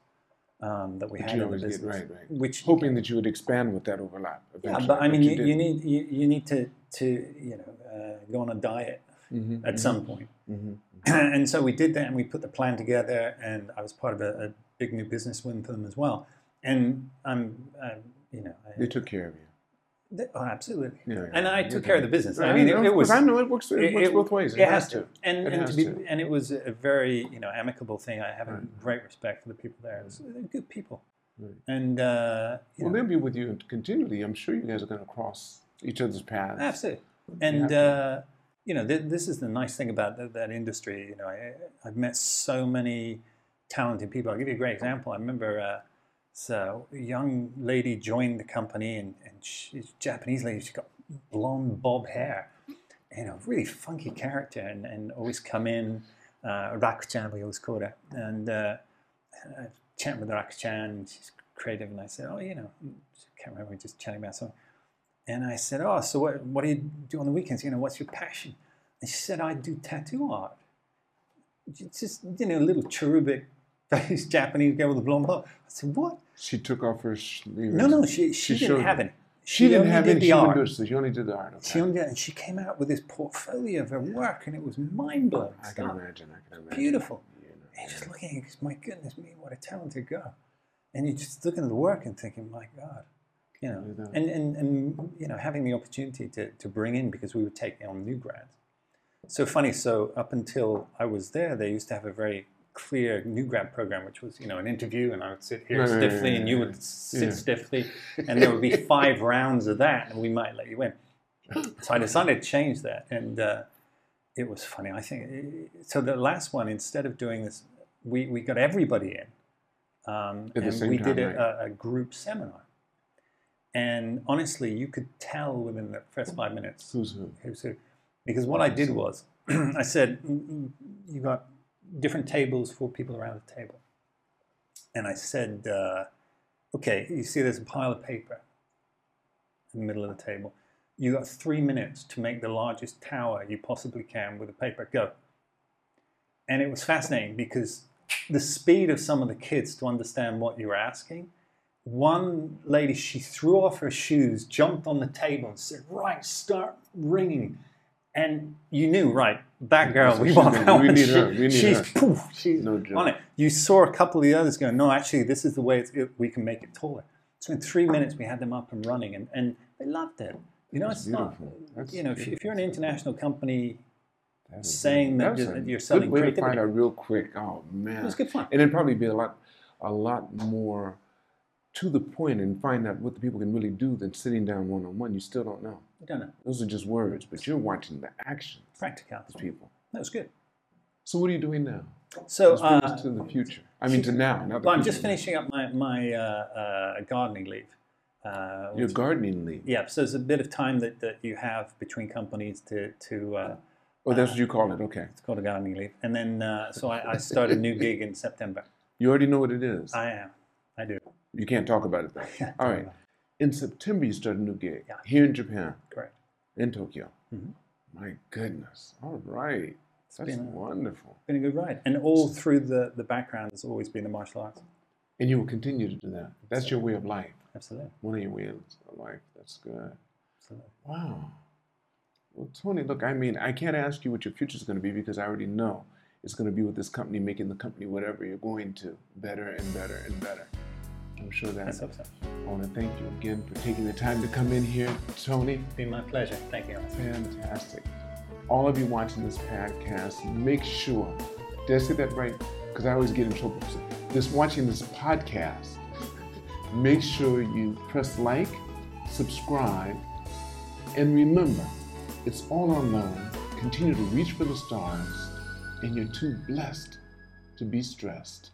[SPEAKER 2] um, that we
[SPEAKER 1] that
[SPEAKER 2] had
[SPEAKER 1] you
[SPEAKER 2] in the
[SPEAKER 1] always
[SPEAKER 2] business,
[SPEAKER 1] get right, right.
[SPEAKER 2] which
[SPEAKER 1] Hoping that you would expand with that overlap.
[SPEAKER 2] yeah,
[SPEAKER 1] eventually,
[SPEAKER 2] but I mean, you, you
[SPEAKER 1] didn't.
[SPEAKER 2] need you, you need to to you know uh, go on a diet
[SPEAKER 1] Mhm,
[SPEAKER 2] at
[SPEAKER 1] mhm,
[SPEAKER 2] some point,
[SPEAKER 1] mhm.
[SPEAKER 2] and so we did that, and we put the plan together, and I was part of a, a big new business win for them as well, and I'm, i you know, I,
[SPEAKER 1] They took care of you.
[SPEAKER 2] they- oh, absolutely,
[SPEAKER 1] Yeah, yeah,
[SPEAKER 2] and I
[SPEAKER 1] they
[SPEAKER 2] took care of the business. I
[SPEAKER 1] Right,
[SPEAKER 2] mean, it,
[SPEAKER 1] know,
[SPEAKER 2] it was.
[SPEAKER 1] because I know it works. It,
[SPEAKER 2] it-
[SPEAKER 1] works
[SPEAKER 2] it-
[SPEAKER 1] both ways.
[SPEAKER 2] it has to. And,
[SPEAKER 1] It
[SPEAKER 2] and, to
[SPEAKER 1] has
[SPEAKER 2] be,
[SPEAKER 1] to.
[SPEAKER 2] and it was a very you know amicable thing. I have a
[SPEAKER 1] Right.
[SPEAKER 2] great respect for the people there. It's- they're good people,
[SPEAKER 1] Right.
[SPEAKER 2] and uh, you
[SPEAKER 1] Well,
[SPEAKER 2] know,
[SPEAKER 1] they'll be with you continually. I'm sure you guys are going to cross each other's paths.
[SPEAKER 2] absolutely.
[SPEAKER 1] You have
[SPEAKER 2] And
[SPEAKER 1] to.
[SPEAKER 2] uh, you know, th- this is the nice thing about th- that industry. You know, I, I've met so many talented people. I'll give you a great example. I remember uh, so a young lady joined the company, and, and she's a Japanese lady. She's got blonde bob hair, you know, really funky character, and, and always come in. Uh, Rakuchan, we always called her, and uh, I chat with Rakuchan. She's creative, and I said, oh, you know, I can't remember. We were just chatting about something. And I said, Oh, so what, what do you do on the weekends? You know, what's your passion? And she said, I do tattoo art. It's just, you know, little cherubic face Japanese girl with a blonde bob. I said, What?
[SPEAKER 1] she took off her sleeves.
[SPEAKER 2] No, no, she, she,
[SPEAKER 1] She
[SPEAKER 2] didn't
[SPEAKER 1] showed
[SPEAKER 2] have
[SPEAKER 1] you.
[SPEAKER 2] any.
[SPEAKER 1] She, didn't
[SPEAKER 2] only
[SPEAKER 1] have
[SPEAKER 2] did
[SPEAKER 1] any.
[SPEAKER 2] the
[SPEAKER 1] she
[SPEAKER 2] art.
[SPEAKER 1] Didn't do, this. she only did the art. Okay.
[SPEAKER 2] She only did, and she came out with this portfolio of her work, and it was mind blowing.
[SPEAKER 1] I can imagine. I can imagine.
[SPEAKER 2] Beautiful.
[SPEAKER 1] You know.
[SPEAKER 2] And you're just looking at it, 'cause, my goodness me, what a talented girl. And you're just looking at the work and thinking, my God, you know.
[SPEAKER 1] do that.
[SPEAKER 2] And, and, and you know, having the opportunity to, to bring in, because we were taking on new grads. So funny, so up until I was there, they used to have a very clear new grad program, which was, you know, an interview and I would sit here
[SPEAKER 1] Right, right, right,
[SPEAKER 2] stiffly and you
[SPEAKER 1] right,
[SPEAKER 2] would sit
[SPEAKER 1] Yeah.
[SPEAKER 2] stiffly and there would be five rounds of that and we might let you in. So I decided to change that and uh, it was funny. I think eh, so. The last one, instead of doing this, we, we got everybody in, um,
[SPEAKER 1] At the
[SPEAKER 2] and
[SPEAKER 1] same
[SPEAKER 2] we
[SPEAKER 1] time,
[SPEAKER 2] did a,
[SPEAKER 1] right.
[SPEAKER 2] a, a group seminar. And honestly, you could tell within the first five minutes
[SPEAKER 1] Who's who?
[SPEAKER 2] who's who. Because what I did was, I said, "Mm, mm, you got different tables for people around the table. And I said, uh, okay, you see there's a pile of paper in the middle of the table. You got three minutes to make the largest tower you possibly can with the paper. Go. And it was fascinating because the speed of some of the kids to understand what you were asking. One lady, she threw off her shoes, jumped on the table, and said, Right, start ringing. And you knew, right, that girl,
[SPEAKER 1] So
[SPEAKER 2] we
[SPEAKER 1] she's
[SPEAKER 2] want
[SPEAKER 1] gonna-
[SPEAKER 2] that
[SPEAKER 1] we
[SPEAKER 2] one.
[SPEAKER 1] need
[SPEAKER 2] She-
[SPEAKER 1] her, we need
[SPEAKER 2] she's,
[SPEAKER 1] her.
[SPEAKER 2] Poof, she's
[SPEAKER 1] No joke.
[SPEAKER 2] on it. You saw a couple of the others going, No, actually, this is the way it's, it, we can make it taller. So in three minutes, we had them up and running, and, and they loved it. You know,
[SPEAKER 1] That's
[SPEAKER 2] it's not,
[SPEAKER 1] beautiful. That's
[SPEAKER 2] you know, if, if
[SPEAKER 1] beautiful.
[SPEAKER 2] you're an international company,
[SPEAKER 1] That is
[SPEAKER 2] saying that
[SPEAKER 1] beautiful.
[SPEAKER 2] you're-
[SPEAKER 1] That's a
[SPEAKER 2] you're selling
[SPEAKER 1] good way to
[SPEAKER 2] creativity.
[SPEAKER 1] find out real quick. Oh man,
[SPEAKER 2] it was good fun.
[SPEAKER 1] and it'd probably be a lot, a lot more to the point and find out what the people can really do than sitting down one on one. You still don't know.
[SPEAKER 2] I don't know,
[SPEAKER 1] Those are just words, but you're watching the actions of
[SPEAKER 2] practicality.
[SPEAKER 1] these people.
[SPEAKER 2] That was good.
[SPEAKER 1] So what are you doing now?
[SPEAKER 2] So
[SPEAKER 1] Let's bring
[SPEAKER 2] uh,
[SPEAKER 1] us to the future. I mean, to now. Not the
[SPEAKER 2] Well, I'm just
[SPEAKER 1] future.
[SPEAKER 2] finishing up my, my uh, uh, gardening leave. Uh,
[SPEAKER 1] Your
[SPEAKER 2] which,
[SPEAKER 1] gardening leave.
[SPEAKER 2] yeah, so there's a bit of time that, that you have between companies to, to uh,
[SPEAKER 1] Oh, that's what you call it. Okay.
[SPEAKER 2] it's called a gardening leave. And then, uh, so I, I start a new gig in September.
[SPEAKER 1] You already know what it is.
[SPEAKER 2] I am. I do.
[SPEAKER 1] you can't talk about it though. All right. In September, you start a new gig
[SPEAKER 2] Yeah.
[SPEAKER 1] here in Japan,
[SPEAKER 2] Correct.
[SPEAKER 1] in Tokyo.
[SPEAKER 2] Mhm.
[SPEAKER 1] My goodness. All right. That's
[SPEAKER 2] been a-
[SPEAKER 1] wonderful.
[SPEAKER 2] Been a good ride. And all through the, the background has always been the martial arts.
[SPEAKER 1] And you will continue to do that. That's your way of life.
[SPEAKER 2] Absolutely.
[SPEAKER 1] One of your ways of life. That's good.
[SPEAKER 2] Absolutely.
[SPEAKER 1] Wow. Well, Tony, look, I mean, I can't ask you what your future is going to be because I already know it's going to be with this company, making the company whatever you're going to, better and better and better. I'm sure that.
[SPEAKER 2] Let's hope so.
[SPEAKER 1] I want to thank you again for taking the time to come in here, Tony.
[SPEAKER 2] been my pleasure. Thank you. Alex.
[SPEAKER 1] Fantastic. All of you watching this podcast, make sure, did I say that right? Because I always get in trouble. for saying- This watching this podcast, make sure you press like, subscribe, and remember, it's all on loan. Continue to reach for the stars, and you're too blessed to be stressed.